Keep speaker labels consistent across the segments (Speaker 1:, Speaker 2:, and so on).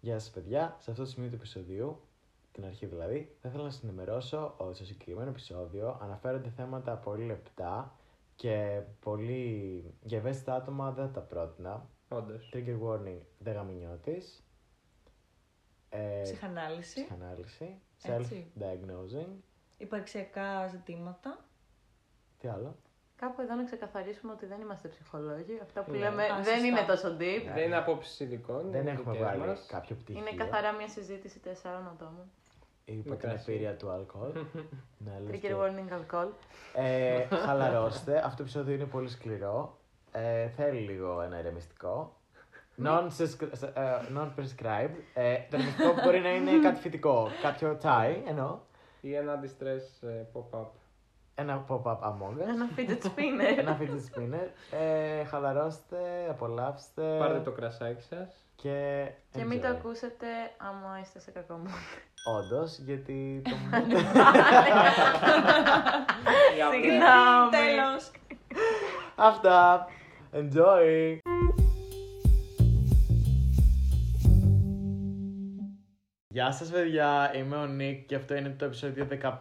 Speaker 1: Γεια σας, παιδιά. Σε αυτό το σημείο του επεισοδίου, την αρχή δηλαδή, θα ήθελα να σας ενημερώσω ότι στο συγκεκριμένο επεισόδιο αναφέρονται θέματα πολύ λεπτά και πολύ για ευαίσθητα άτομα δεν θα τα πρότεινα.
Speaker 2: Όντως.
Speaker 1: Trigger warning, δεν γαμινιώτη. Ε,
Speaker 3: Ψυχανάλυση,
Speaker 1: ψυχανάλυση.
Speaker 3: Έτσι.
Speaker 1: Self-diagnosing.
Speaker 3: υπαρξιακά ζητήματα.
Speaker 1: Τι άλλο.
Speaker 4: Κάπου εδώ να ξεκαθαρίσουμε ότι δεν είμαστε ψυχολόγοι. Αυτά που
Speaker 2: Ναι.
Speaker 4: λέμε
Speaker 3: Α,
Speaker 4: δεν
Speaker 3: σωστά.
Speaker 4: είναι τόσο deep.
Speaker 2: Δεν είναι απόψει ειδικών.
Speaker 1: Ε, δεν
Speaker 2: είναι
Speaker 1: έχουμε
Speaker 2: δικές
Speaker 1: βάλει
Speaker 2: μας.
Speaker 1: κάποιο πτυχίο.
Speaker 4: Είναι καθαρά μια συζήτηση τεσσάρων ατόμων.
Speaker 1: Είπα την
Speaker 2: Μικρά
Speaker 1: επίρρεια του αλκοόλ. ναι, λες και-
Speaker 4: Trigger warning alcohol.
Speaker 1: Ε, χαλαρώστε. Αυτό το επεισόδιο είναι πολύ σκληρό. Ε, θέλει λίγο ένα ηρεμιστικό.
Speaker 2: Ναι.
Speaker 1: Non-sus- ε, Non-prescribed. Ε, το ηρεμιστικό μπορεί να είναι κάτι φυτικό. Κάποιο τσάι, εννοώ.
Speaker 2: Ή ένα distress ε, pop-up.
Speaker 1: Ένα pop-up among us.
Speaker 4: Ένα fidget spinner.
Speaker 1: ένα fidget spinner. Ε, χαλαρώστε, απολαύστε.
Speaker 2: Πάρτε το κρασάκι σας.
Speaker 1: Και,
Speaker 4: Και μην το
Speaker 1: enjoy.
Speaker 4: ακούσετε άμα είστε σε κακό μου.
Speaker 1: Όντως, γιατί το... ε,
Speaker 4: Συγγνώμη.
Speaker 3: Τέλος.
Speaker 1: Αυτά. Enjoy. Γεια σας παιδιά, είμαι ο Νίκ και αυτό είναι το επεισόδιο 15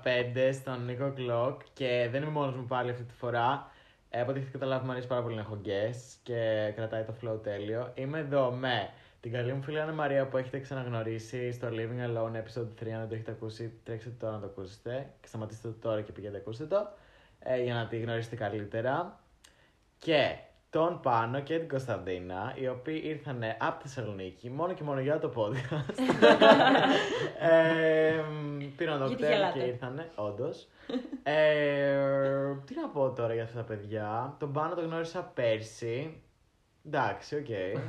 Speaker 1: στον Νίκο Κλοκ και δεν είμαι μόνος μου πάλι αυτή τη φορά. Ε, από ό,τι έχετε καταλάβει μου αρέσει πάρα πολύ να έχω guests και κρατάει το flow τέλειο. Είμαι εδώ με την καλή μου φίλη Άννα Μαρία που έχετε ξαναγνωρίσει στο Living Alone episode 3 να το έχετε ακούσει, τρέξτε τώρα να το ακούσετε και σταματήστε το τώρα και πηγαίνετε ακούστε το ε, για να τη γνωρίσετε καλύτερα. Και τον Πάνο και την Κωνσταντίνα, οι οποίοι ήρθαν από τη Θεσσαλονίκη μόνο και μόνο για το podcast. ε, πήραν το
Speaker 3: Γιατί
Speaker 1: κτέλ και
Speaker 3: γελάτε?
Speaker 1: ήρθαν, όντω. ε, τι να πω τώρα για αυτά τα παιδιά. Τον Πάνο τον γνώρισα πέρσι. Εντάξει, οκ.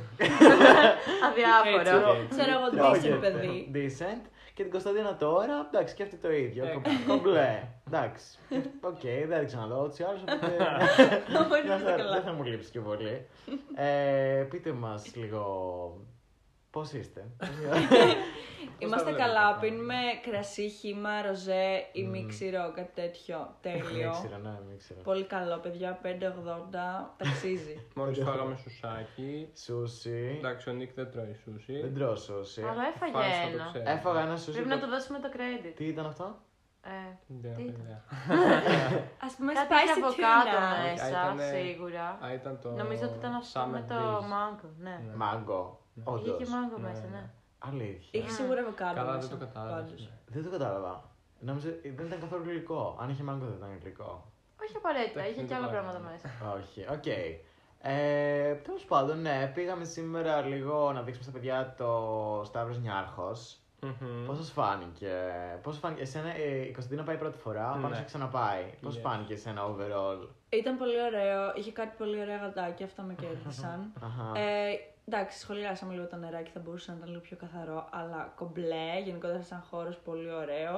Speaker 4: Αδιάφορο.
Speaker 2: Έτσι,
Speaker 3: Ξέρω εγώ ότι
Speaker 1: Τρώγεται.
Speaker 3: είσαι παιδί.
Speaker 1: Decent. Και την Κωνσταντίνα τώρα, εντάξει, και αυτή το ίδιο.
Speaker 2: Ε,
Speaker 1: κομ- Κομπλέ. Εντάξει. Οκ, δεν την ξαναδώ ούτω ή άλλω.
Speaker 3: Όλοι
Speaker 1: Δεν θα-
Speaker 3: είμαστε
Speaker 1: δεν
Speaker 3: καλά.
Speaker 1: θα μου λείψει και πολύ. Ε, Πείτε μας λίγο. Πώς είστε.
Speaker 3: Είμαστε
Speaker 2: βλέπετε
Speaker 3: καλά.
Speaker 2: τα
Speaker 3: Πίνουμε κρασί, χύμα, ροζέ ή μη
Speaker 1: Μμμ.
Speaker 3: ξηρό, κάτι τέτοιο.
Speaker 1: Δεν
Speaker 3: Τέλειο.
Speaker 1: ξέρω, ναι, δεν ξέρω.
Speaker 3: Πολύ καλό, παιδιά. 5,80. Ταξίζει.
Speaker 2: Μόλις φάγαμε σουσάκι.
Speaker 1: Σούσι.
Speaker 2: Εντάξει, ο Νίκ δεν τρώει
Speaker 1: Δεν Ε,
Speaker 2: σούσι.
Speaker 1: τρώω σούσι.
Speaker 4: Αλλά έφαγε
Speaker 2: Φάνηκε στο το
Speaker 4: ένα.
Speaker 3: ε,
Speaker 2: ξέρεις.
Speaker 1: Έφαγα ένα σούσι.
Speaker 4: Πρέπει να του δώσουμε το credit.
Speaker 1: Τι ήταν αυτό?
Speaker 4: Ε,
Speaker 2: Ναι,
Speaker 4: Τι
Speaker 2: παιδιά.
Speaker 3: Ας πούμε,
Speaker 4: Κάτι είχε
Speaker 3: spicy
Speaker 4: avocato
Speaker 3: tuna.
Speaker 2: Α,
Speaker 4: μέσα,
Speaker 2: ήτανε-
Speaker 4: σίγουρα.
Speaker 2: Α, ήταν το.
Speaker 4: Νομίζω ότι ήταν αυτό
Speaker 2: Summer
Speaker 4: με το
Speaker 2: Breeze.
Speaker 4: μάγκο. Ναι.
Speaker 2: Ναι.
Speaker 1: Μάγκο.
Speaker 2: Ναι.
Speaker 4: Είχε
Speaker 1: Όντω.
Speaker 4: και μάγκο
Speaker 2: Ναι,
Speaker 4: μέσα,
Speaker 2: ναι.
Speaker 4: ναι.
Speaker 1: Αλήθεια.
Speaker 3: Είχε σίγουρα avocato.
Speaker 2: Καλά, δεν
Speaker 3: μέσα,
Speaker 2: το κατάλαβα.
Speaker 3: πάντως.
Speaker 1: Δεν το κατάλαβα. Νόμιζα ε, δεν ήταν καθόλου γλυκό. Αν είχε μάγκο δεν ήταν γλυκό.
Speaker 4: Όχι απαραίτητα,
Speaker 2: Εντάξει,
Speaker 4: είχε
Speaker 2: δεν
Speaker 4: και
Speaker 2: το
Speaker 4: άλλα
Speaker 2: πράγμα.
Speaker 4: πράγματα μέσα.
Speaker 1: Όχι, οκ. Ε, Τέλος πάντων, ναι, πήγαμε σήμερα λίγο να δείξουμε στα παιδιά το Σταύρος Νιάρχος.
Speaker 2: Μμμ.
Speaker 1: Πώς σας φάνηκε, Πώς φάνηκε, Εσένα, ε, η Κωνσταντίνα πάει πρώτη φορά,
Speaker 2: Ναι.
Speaker 1: πάνω σε ξαναπάει. Πώς
Speaker 2: Yes.
Speaker 1: φάνηκε εσένα overall.
Speaker 3: Ήταν πολύ ωραίο. Είχε κάτι πολύ ωραία γατάκια. Αυτά με κέρδισαν.
Speaker 1: Αχα.
Speaker 3: Ε, εντάξει, σχολιάσαμε λίγο το νεράκι, θα μπορούσε να ήταν λίγο πιο καθαρό, αλλά κομπλέ, γενικότερα σαν χώρος πολύ ωραίος.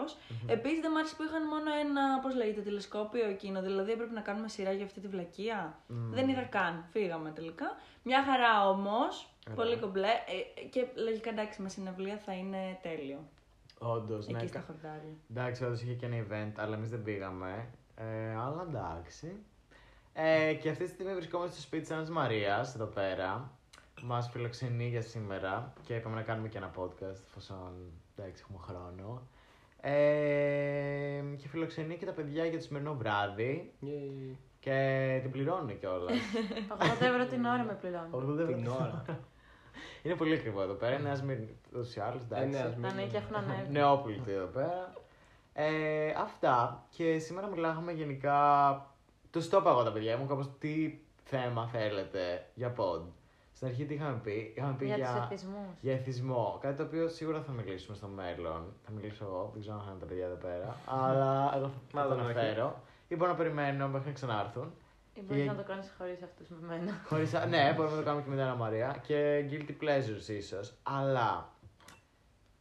Speaker 3: Επίσης, δεν μ' άρεσε που είχαν μόνο ένα, πώς λέγεται, τηλεσκόπιο εκείνο. Δηλαδή, έπρεπε να κάνουμε σειρά για αυτή τη βλακεία. Δεν είδα καν. Φύγαμε τελικά. Μια χαρά όμως. Πολύ κομπλέ. ε, και λογικά εντάξει, με συναυλία θα είναι τέλειο.
Speaker 1: Όντως, ναι.
Speaker 3: Εκεί στα
Speaker 1: κα-
Speaker 3: χορτάρια.
Speaker 1: Εντάξει, όντως είχε και ένα event, αλλά εμείς δεν πήγαμε. Ε, αλλά εντάξει. Ε, και αυτή τη στιγμή βρισκόμαστε στο σπίτι της Άννας Μαρίας, εδώ πέρα. Μας φιλοξενεί για σήμερα και είπαμε να κάνουμε και ένα podcast, εφόσον εντάξει, έχουμε χρόνο. Ε, και φιλοξενεί και τα παιδιά για το σημερινό βράδυ
Speaker 2: Yay.
Speaker 1: και την πληρώνουν κιόλας.
Speaker 4: 80 ευρώ την ώρα με πληρώνει.
Speaker 2: Την ώρα.
Speaker 1: Είναι πολύ ακριβό εδώ πέρα. Είναι ασμύρνη ούτως ή άλλως.
Speaker 2: Ε, ναι, ας μην-
Speaker 4: Τα νίκια έχουν ανέβει.
Speaker 1: Νεόπλητη εδώ πέρα. Ε, αυτά. Και σήμερα μιλάγαμε γενικά. Το στο είπα εγώ τα παιδιά μου, κάπως τι θέμα θέλετε για pod. Στην αρχή τι είχαμε πει, είχαμε πει
Speaker 4: Για
Speaker 1: για,
Speaker 4: τους εθισμούς.
Speaker 1: για εθισμό. Κάτι το οποίο σίγουρα θα μιλήσουμε στο μέλλον. Θα μιλήσω εγώ, δεν ξέρω αν θα είναι τα παιδιά εδώ πέρα. αλλά εγώ θα το
Speaker 2: Μάλλον όχι.
Speaker 1: αναφέρω. Ή μπορώ να περιμένω μέχρι να ξανάρθουν.
Speaker 4: Ή μπορεί
Speaker 1: για-
Speaker 4: Ε, να το κάνεις χωρίς αυτούς με μένα.
Speaker 1: Χωρίς... α- ναι, μπορούμε να το κάνουμε και με την Άννα Μαρία. Και guilty pleasures ίσως. Αλλά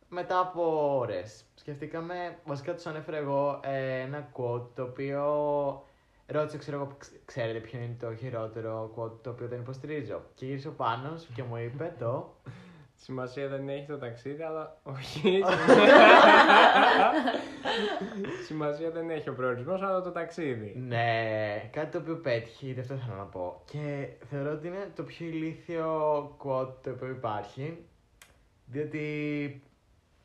Speaker 1: μετά από ώρες σκεφτήκαμε, βασικά τους ανέφερα εγώ ε, ένα quote το οποίο ρώτησε, ξέρω εγώ, «Ξ- ξέρετε ποιο είναι το χειρότερο quote το οποίο δεν υποστηρίζω. Και γύρισε ο πάνω και μου είπε το.
Speaker 2: Σημασία δεν έχει το ταξίδι, αλλά όχι. Σημασία δεν έχει ο προορισμός, αλλά το ταξίδι.
Speaker 1: ναι, κάτι το οποίο πέτυχε, γιατί αυτό θέλω να πω. Και θεωρώ ότι είναι το πιο ηλίθιο quote το οποίο υπάρχει. Διότι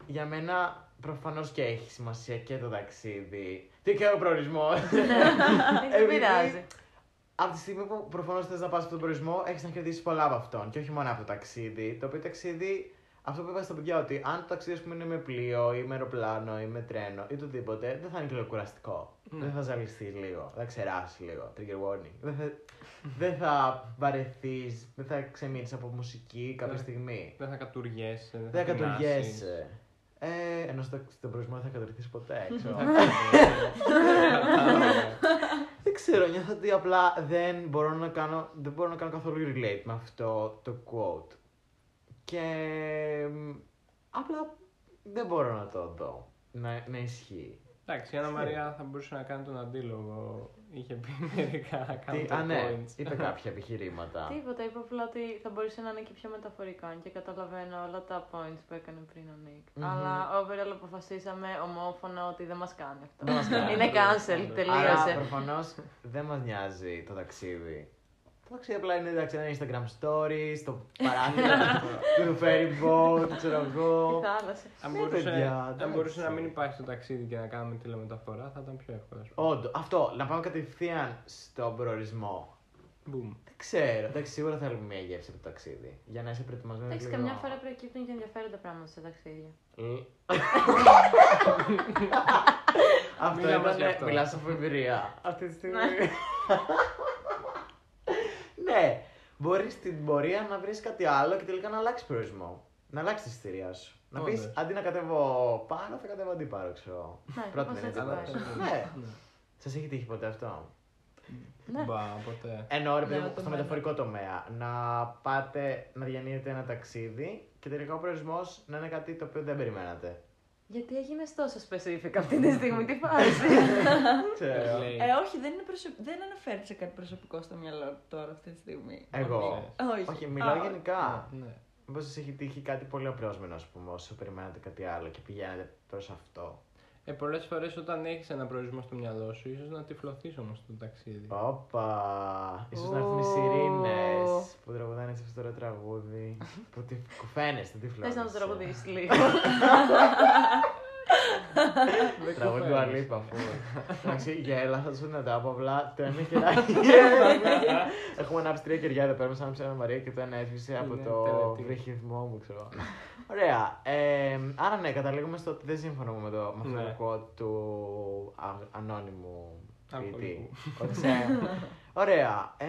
Speaker 1: για μένα προφανώς και έχει σημασία και το ταξίδι. Τι και ο προορισμό. Ε,
Speaker 4: Δεν πειράζει.
Speaker 1: Από τη στιγμή που προφανώς θες να πας από τον προορισμό, έχεις να κερδίσεις πολλά από αυτόν. Και όχι μόνο από το ταξίδι. Το οποίο ταξίδι, αυτό που είπα στα παιδιά, ότι αν το ταξίδι ας πούμε, είναι με πλοίο ή με αεροπλάνο ή με τρένο ή οτιδήποτε, δεν θα είναι κλοκουραστικό. Δεν θα ζαλιστεί λίγο, θα ξεράσει λίγο. Trigger warning. Δεν θα, δεν θα βαρεθείς, δεν θα ξεμείνεις από μουσική κάποια
Speaker 2: Ναι.
Speaker 1: στιγμή.
Speaker 2: Δεν θα κατουργέσαι.
Speaker 1: Δεν
Speaker 2: θα
Speaker 1: κατουργέσαι. Ε, ενώ στο, στον προορισμό δεν θα κατουργηθείς ποτέ, ξέρω.
Speaker 2: κατουργέσαι.
Speaker 1: δεν ξέρω, νιώθω ότι απλά δεν μπορώ να κάνω, δεν μπορώ να κάνω καθόλου relate με αυτό το quote. Και μ, απλά δεν μπορώ να το δω, να, να ισχύει.
Speaker 2: Εντάξει, η Άννα Μαρία θα μπορούσε να κάνει τον αντίλογο. Είχε πει μερικά
Speaker 1: Τι,
Speaker 2: counterpoints.
Speaker 1: α, ναι, είπε κάποια επιχειρήματα.
Speaker 4: Τίποτα, είπα απλά ότι θα μπορούσε να είναι και πιο μεταφορικό αν και καταλαβαίνω όλα τα points που έκανε πριν ο νικ
Speaker 1: Μμμ.
Speaker 4: Αλλά overall αποφασίσαμε ομόφωνα ότι δεν μας κάνει αυτό.
Speaker 1: Δεν μας κάνει.
Speaker 4: είναι cancel,
Speaker 1: Άρα
Speaker 4: τελείωσε.
Speaker 1: προφανώς δεν μας νοιάζει το ταξίδι. Το ταξίδι απλά είναι εντάξει, ένα Instagram story, στο παράθυρο του ferry boat, ξέρω
Speaker 4: Η
Speaker 1: εγώ.
Speaker 4: θάλασσα.
Speaker 2: Αν
Speaker 1: Ναι,
Speaker 2: μπορούσε,
Speaker 1: παιδιά,
Speaker 2: αν
Speaker 1: εντάξει.
Speaker 2: μπορούσε να μην υπάρχει το ταξίδι και να κάνουμε τηλεμεταφορά, θα ήταν πιο εύκολο. ας πούμε.
Speaker 1: Όντω, αυτό, να πάμε κατευθείαν στον προορισμό.
Speaker 2: Boom.
Speaker 1: Δεν ξέρω, εντάξει, σίγουρα θέλουμε μια γεύση από το ταξίδι. Για να είσαι προετοιμασμένος.
Speaker 4: Εντάξει, καμιά φορά προκύπτουν και ενδιαφέροντα πράγματα σε ταξίδια.
Speaker 1: Ε, Αυτό
Speaker 2: Μιλάμε για
Speaker 1: ήταν.
Speaker 2: αυτό.
Speaker 1: Μιλάς από εμπειρία. Αυτή τη στιγμή. Ναι, μπορείς στην πορεία να βρεις κάτι άλλο και τελικά να αλλάξεις προορισμό. Να αλλάξεις τη θηρία σου. Να πει
Speaker 2: Όντως.
Speaker 1: αντί να κατέβω πάνω, θα κατέβω αντίπαρο, ξέρω.
Speaker 4: Ναι,
Speaker 1: Πρώτη
Speaker 4: κάπως
Speaker 1: είναι
Speaker 4: έτσι
Speaker 1: έτσι.
Speaker 2: Αλλά-
Speaker 4: πάει.
Speaker 1: Ναι. Σας έχει τύχει ποτέ αυτό.
Speaker 4: Ναι.
Speaker 2: Μπα, ποτέ.
Speaker 1: Εννοώ ρε παιδί
Speaker 3: Ναι,
Speaker 1: μου,
Speaker 3: το
Speaker 1: στο
Speaker 3: μένα.
Speaker 1: μεταφορικό τομέα. Να πάτε να διανύετε ένα ταξίδι και τελικά ο προορισμός να είναι κάτι το οποίο δεν περιμένατε.
Speaker 4: Γιατί έγινες τόσο specific αυτή τη στιγμή, τι φάση.
Speaker 1: Ξέρω.
Speaker 2: Λέει.
Speaker 3: Ε, όχι, δεν, είναι προσω... δεν αναφέρεται σε κάτι προσωπικό στο μυαλό του τώρα αυτή τη στιγμή.
Speaker 1: Εγώ.
Speaker 3: Όχι.
Speaker 1: Όχι, μιλάω
Speaker 3: Α,
Speaker 1: γενικά.
Speaker 2: Ναι.
Speaker 1: Μήπως σα έχει τύχει κάτι πολύ απρόσμενο, ας πούμε, όσο περιμένατε κάτι άλλο και πηγαίνετε προς αυτό.
Speaker 2: Ε, Πολλές φορές όταν έχεις ένα προορισμό στο μυαλό σου, ίσως να τυφλωθείς όμως στο ταξίδι.
Speaker 1: Όπα! σω να
Speaker 4: Ω.
Speaker 1: έρθουν οι σιρήνες που τραγουδάνε έτσι αυτό το ωραίο τραγούδι. που τι κουφαίνεστε, τι
Speaker 4: Θε
Speaker 1: φλόγε.
Speaker 4: να το τραγουδίσει
Speaker 1: Ε,
Speaker 4: λίγο.
Speaker 2: Δεν
Speaker 1: Τραγούδι του
Speaker 2: κουφαίνεις.
Speaker 1: Αλήπα, αφού. Εντάξει, γέλα, θα σου να τα πω απλά. Το ένα κεράκι. Έχουμε ανάψει τρία κεριά εδώ πέρα μέσα, ανάψει ένα Μαρία και το ένα έσβησε από
Speaker 2: Είναι
Speaker 1: το
Speaker 2: τελετή.
Speaker 1: βρυχισμό μου, ξέρω. Ωραία. Ε, άρα ναι, καταλήγουμε στο ότι δεν συμφωνούμε με, το, με
Speaker 2: Ναι.
Speaker 1: αυτό το quote του α- ανώνυμου ποιητή.
Speaker 2: Αλκοολικού.
Speaker 1: Ότι σε- Ωραία. Ε,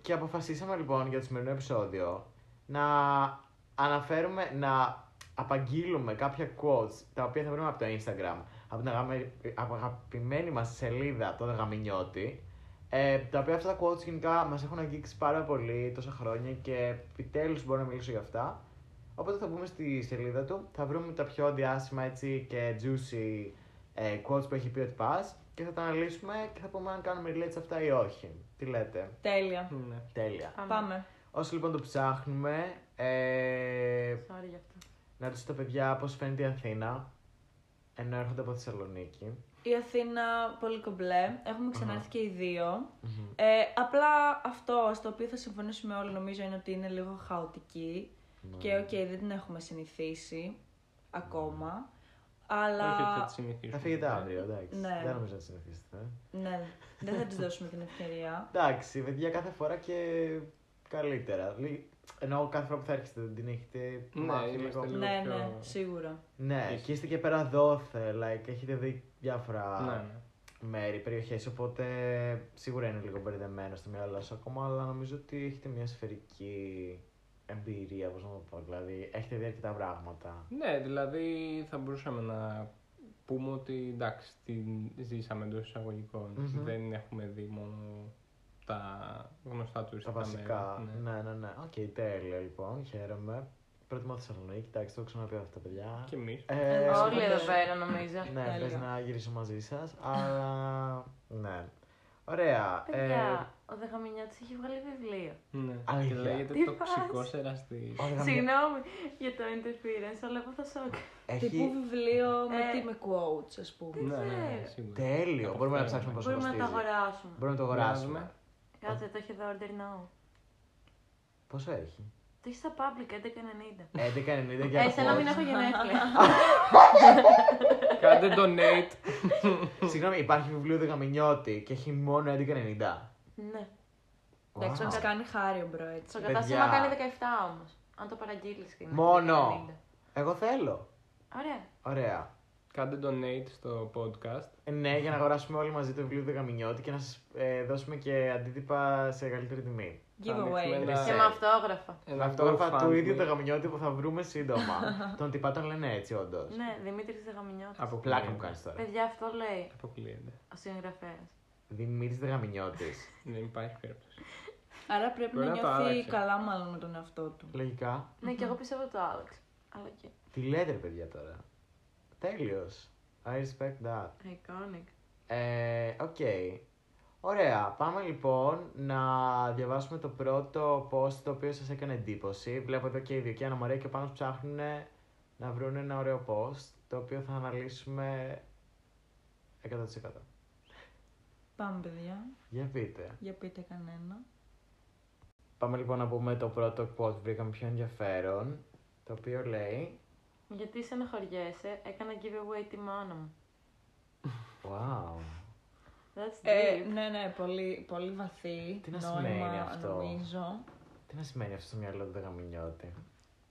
Speaker 1: και αποφασίσαμε λοιπόν για το σημερινό επεισόδιο να αναφέρουμε, να απαγγείλουμε κάποια quotes τα οποία θα βρούμε από το Instagram, από την αγαμε- από αγαπημένη μας σελίδα, το Δεγαμινιώτη, ε, τα οποία αυτά τα quotes γενικά μας έχουν αγγίξει πάρα πολύ τόσα χρόνια και επιτέλους μπορώ να μιλήσω για αυτά. Οπότε θα μπούμε στη σελίδα του, θα βρούμε τα πιο διάσημα έτσι και juicy ε, quotes που έχει πει ο Τπάς και θα τα αναλύσουμε και θα πούμε αν κάνουμε relate σε αυτά ή όχι. Τι λέτε.
Speaker 3: Τέλεια.
Speaker 2: Ναι.
Speaker 1: Τέλεια.
Speaker 3: Πάμε.
Speaker 1: Όσο λοιπόν το ψάχνουμε, ε,
Speaker 4: Sorry γι' αυτό.
Speaker 1: να ρωτήσω τα παιδιά πώς φαίνεται η Αθήνα, ενώ έρχονται από Θεσσαλονίκη.
Speaker 3: Η Αθήνα, πολύ κομπλέ. Έχουμε ξανάρθει
Speaker 1: Αχα.
Speaker 3: και οι δύο.
Speaker 1: Μμμ.
Speaker 3: Ε, απλά αυτό στο οποίο θα συμφωνήσουμε όλοι νομίζω είναι ότι είναι λίγο χαοτική.
Speaker 1: Ναι.
Speaker 3: Και οκ, δεν την έχουμε συνηθίσει ακόμα. Αλλά.
Speaker 2: Όχι ότι θα τη συνηθίσουμε.
Speaker 1: Θα φύγετε αύριο, εντάξει.
Speaker 3: Ναι.
Speaker 1: Δεν νομίζω να συνεχίσετε.
Speaker 3: Ναι, δεν θα τη δώσουμε την ευκαιρία.
Speaker 1: Εντάξει, παιδιά κάθε φορά και καλύτερα. Λι- Εννοώ κάθε φορά που θα έρχεστε δεν την έχετε
Speaker 2: Ναι,
Speaker 1: μάθει
Speaker 2: είμαστε
Speaker 1: λίγο.
Speaker 2: λίγο-
Speaker 3: ναι, ναι,
Speaker 2: πιο-
Speaker 3: σίγουρα.
Speaker 1: Ναι,
Speaker 2: Ίσως.
Speaker 1: και είστε και πέρα δόθε, like, έχετε δει διάφορα
Speaker 2: Ναι, ναι.
Speaker 1: μέρη, περιοχές, οπότε σίγουρα είναι λίγο μπερδεμένο στο μυαλό σου ακόμα, αλλά νομίζω ότι έχετε μια σφαιρική εμπειρία, πώς να το πω, δηλαδή έχετε δει αρκετά πράγματα.
Speaker 2: Ναι, δηλαδή θα μπορούσαμε να πούμε ότι εντάξει, την ζήσαμε εντός εισαγωγικών.
Speaker 1: Μμμ.
Speaker 2: Δεν έχουμε δει μόνο τα γνωστά
Speaker 1: Τα
Speaker 2: τουριστικά
Speaker 1: βασικά.
Speaker 2: μέρη. Ναι.
Speaker 1: Ναι, ναι, ναι. Οκ, τέλεια λοιπόν, χαίρομαι. Προτιμώ Θεσσαλονίκη, εντάξει, το έχω ξαναπεί αυτό, παιδιά.
Speaker 2: Και εμείς.
Speaker 1: Ε,
Speaker 3: Ε,
Speaker 4: Όλοι εδώ
Speaker 3: ναι.
Speaker 4: πέρα νομίζω.
Speaker 1: Ναι,
Speaker 3: Τέλεια.
Speaker 1: πες να γυρίσω μαζί σας, αλλά ναι. Ωραία. ε,
Speaker 4: Παιδιά, ο Δεχαμινιώτης έχει βγάλει βιβλίο.
Speaker 2: Ναι.
Speaker 1: Αλήθεια.
Speaker 2: Και λέγεται
Speaker 4: Τι
Speaker 2: τοξικό
Speaker 4: φάση.
Speaker 2: εραστή.
Speaker 1: όργανα-
Speaker 4: Συγγνώμη για το interference, αλλά εγώ θα σοκ.
Speaker 1: Έχει
Speaker 3: Τύπου βιβλίο με,
Speaker 4: Ε.
Speaker 3: τι, με quotes, ας πούμε.
Speaker 2: Ναι, ναι, ναι,
Speaker 4: ξέρω.
Speaker 2: σίγουρα.
Speaker 1: τέλειο.
Speaker 2: Αυτό
Speaker 1: Μπορούμε να
Speaker 2: είναι.
Speaker 1: ψάξουμε πόσο
Speaker 4: Μπορούμε να το
Speaker 1: κοστίζει.
Speaker 4: αγοράσουμε.
Speaker 1: Μπορούμε να το αγοράσουμε.
Speaker 2: Αγοράζουμε.
Speaker 4: Κάτσε, το έχει εδώ order now.
Speaker 1: Πόσο έχει.
Speaker 4: Το είσαι στα public 11.90.
Speaker 1: 11.90 και
Speaker 4: Ε, σαν να μην
Speaker 1: ακούς.
Speaker 4: έχω γενέθλια.
Speaker 2: Κάντε donate.
Speaker 1: Συγγνώμη, υπάρχει βιβλίο Δεγαμινιώτη και έχει μόνο 11.90.
Speaker 4: ναι.
Speaker 3: Εντάξει,
Speaker 1: Wow.
Speaker 3: μας κάνει χάρη ο μπρο έτσι.
Speaker 4: Στο
Speaker 1: Παιδιά.
Speaker 4: κατάστημα κάνει 17 όμως. Αν το παραγγείλεις και είναι
Speaker 1: Μόνο.
Speaker 4: 90.
Speaker 1: Εγώ θέλω.
Speaker 4: Ωραία.
Speaker 1: Ωραία.
Speaker 2: Κάντε donate στο podcast.
Speaker 1: Ε, Ναι, για να αγοράσουμε όλοι μαζί το βιβλίο Δεγαμινιώτη και να σας δώσουμε και αντίτυπα σε καλύτερη τιμή.
Speaker 2: Θα ανοίξουμε
Speaker 3: Giveaway.
Speaker 2: ένα-
Speaker 4: Και με αυτόγραφα.
Speaker 2: ένα
Speaker 1: Αυτόγραφα
Speaker 2: GoFundMe
Speaker 1: του ίδιου Δεγαμινιώτη που θα βρούμε σύντομα. Τον τυπά τον λένε έτσι, όντως.
Speaker 4: Ναι, Δημήτρης Δεγαμινιώτη.
Speaker 2: Αποκλείεται.
Speaker 1: Πλάκα μου κάνεις τώρα.
Speaker 4: Παιδιά, αυτό λέει
Speaker 2: Αποκλείεται.
Speaker 4: ο συγγραφέας.
Speaker 1: Δημήτρης Δεγαμινιώτη.
Speaker 2: Δεν υπάρχει περίπτωση.
Speaker 3: Άρα πρέπει
Speaker 2: Μπορεί
Speaker 3: να
Speaker 2: να το
Speaker 3: νιώθει
Speaker 2: άλλαξε.
Speaker 3: καλά μάλλον με τον εαυτό του.
Speaker 1: Λογικά.
Speaker 4: Ναι, και εγώ πιστεύω το άλλαξε. Αλλά και.
Speaker 1: Τι λέτε, ρε παιδιά τώρα. Τέλειος. I respect that.
Speaker 4: Iconic.
Speaker 1: Ε, οκ. Ωραία, πάμε λοιπόν να διαβάσουμε το πρώτο post το οποίο σας έκανε εντύπωση. Βλέπω εδώ και η Διοκή Αναμαρία και πάνω ψάχνουν να βρουν ένα ωραίο post το οποίο θα αναλύσουμε 100%.
Speaker 3: Πάμε, παιδιά.
Speaker 1: Για πείτε.
Speaker 3: Για πείτε κανένα.
Speaker 1: Πάμε λοιπόν να πούμε το πρώτο quote που βρήκαμε πιο ενδιαφέρον το οποίο λέει
Speaker 4: Γιατί στενοχωριέσαι, έκανα giveaway τη μάνα μου.
Speaker 1: Wow.
Speaker 4: That's
Speaker 3: Ε,
Speaker 4: deep.
Speaker 3: ναι, ναι, πολύ, πολύ βαθύ.
Speaker 1: Τι να
Speaker 3: νόημα,
Speaker 1: σημαίνει αυτό?
Speaker 3: Νομίζω.
Speaker 1: Τι να σημαίνει αυτό στο μυαλό του δεγαμινιώτης.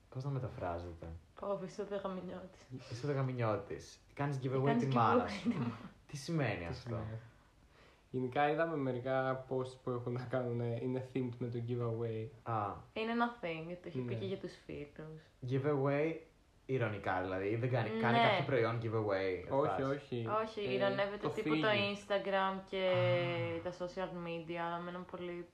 Speaker 1: Πώς να μεταφράζεται.
Speaker 4: Πόβη, είσαι δεγαμινιώτης.
Speaker 1: Είσαι δεγαμινιώτης. Κάνεις giveaway
Speaker 4: Κάνεις
Speaker 1: τη
Speaker 4: giveaway ναι.
Speaker 1: μάνα
Speaker 4: τη
Speaker 1: σου. Τι σημαίνει
Speaker 2: Τι
Speaker 1: αυτό.
Speaker 2: σημαίνει. Γενικά είδαμε μερικά posts που έχουν να κάνουν, ε, είναι themed με το giveaway.
Speaker 1: Α,
Speaker 4: Είναι ένα thing, το έχει πει
Speaker 2: Ναι.
Speaker 4: και για τους φίλους.
Speaker 1: giveaway ηρωνικά δηλαδή. Δεν κάνει, κάνει
Speaker 4: Ναι.
Speaker 1: κάποιο προϊόν giveaway.
Speaker 2: Όχι,
Speaker 1: φας.
Speaker 2: όχι.
Speaker 4: Όχι,
Speaker 2: Ε,
Speaker 4: ηρωνεύεται
Speaker 2: το
Speaker 4: τύπου το
Speaker 2: feed.
Speaker 4: Instagram και τα social media με έναν πολύ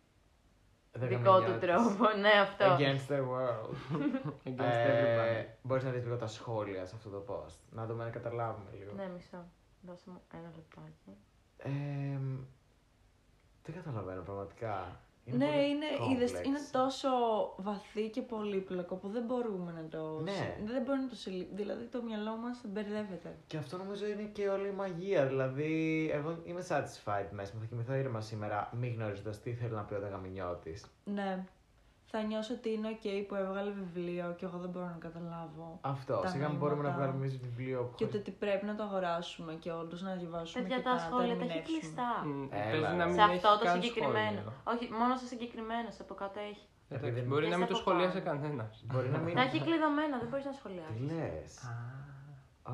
Speaker 1: Δεν
Speaker 4: δικό του
Speaker 1: καμινιώτης.
Speaker 4: τρόπο. Ναι, αυτό.
Speaker 1: Against the world.
Speaker 2: Against
Speaker 1: ε,
Speaker 2: everybody.
Speaker 1: Μπορείς να δεις λίγο τα σχόλια σε αυτό το post. Να δούμε να καταλάβουμε λίγο.
Speaker 4: Ναι, μισό. Δώσε μου ένα λεπτάκι.
Speaker 1: Ε, μ, δεν καταλαβαίνω πραγματικά.
Speaker 3: ναι,
Speaker 1: πολύ
Speaker 3: είναι,
Speaker 1: complex.
Speaker 3: είδες, είναι τόσο βαθύ και πολύπλοκο που δεν μπορούμε να το.
Speaker 1: Ναι.
Speaker 3: συ- Δεν μπορούμε να το συλλήψουμε. Δηλαδή το μυαλό μας μπερδεύεται.
Speaker 1: Και αυτό νομίζω είναι και όλη η μαγεία. Δηλαδή, εγώ είμαι satisfied μέσα μου. Θα κοιμηθώ ήρεμα σήμερα, μη γνωρίζοντας τι θέλει να πει ο Δαγαμινιώτη.
Speaker 3: Ναι. Θα νιώσω ότι είναι OK που έβγαλε βιβλίο και εγώ δεν μπορώ να καταλάβω.
Speaker 1: Αυτό.
Speaker 3: Τα
Speaker 1: Σιγά μην μπορούμε να
Speaker 3: νοήματα.
Speaker 1: βγάλουμε εμεί βιβλίο.
Speaker 3: Και ότι, ότι πρέπει να το αγοράσουμε και όντω να διαβάσουμε.
Speaker 4: Παιδιά,
Speaker 3: και
Speaker 4: τα σχόλια τα έχει
Speaker 3: ερμηνεύσουμε.
Speaker 4: κλειστά.
Speaker 2: Μ,
Speaker 1: Ε, Έλα,
Speaker 2: Παίζει
Speaker 1: ρε.
Speaker 2: να μην
Speaker 4: Σε αυτό
Speaker 2: έχει
Speaker 4: το
Speaker 2: καν
Speaker 4: συγκεκριμένο.
Speaker 2: σχόλιο.
Speaker 4: Όχι, μόνο σε συγκεκριμένο, σε από κάτω έχει.
Speaker 2: Εντάξει,
Speaker 1: Επειδή-
Speaker 2: Μπορεί
Speaker 4: Και
Speaker 2: να
Speaker 4: σε
Speaker 2: μην το
Speaker 4: από
Speaker 2: σχολιάσει
Speaker 4: πάνω.
Speaker 2: κανένας.
Speaker 1: Μπορεί
Speaker 2: Ε,
Speaker 1: να μην.
Speaker 4: Τα έχει κλειδωμένα, δεν μπορείς να
Speaker 1: Τι
Speaker 4: σχολιάσει.
Speaker 1: λε.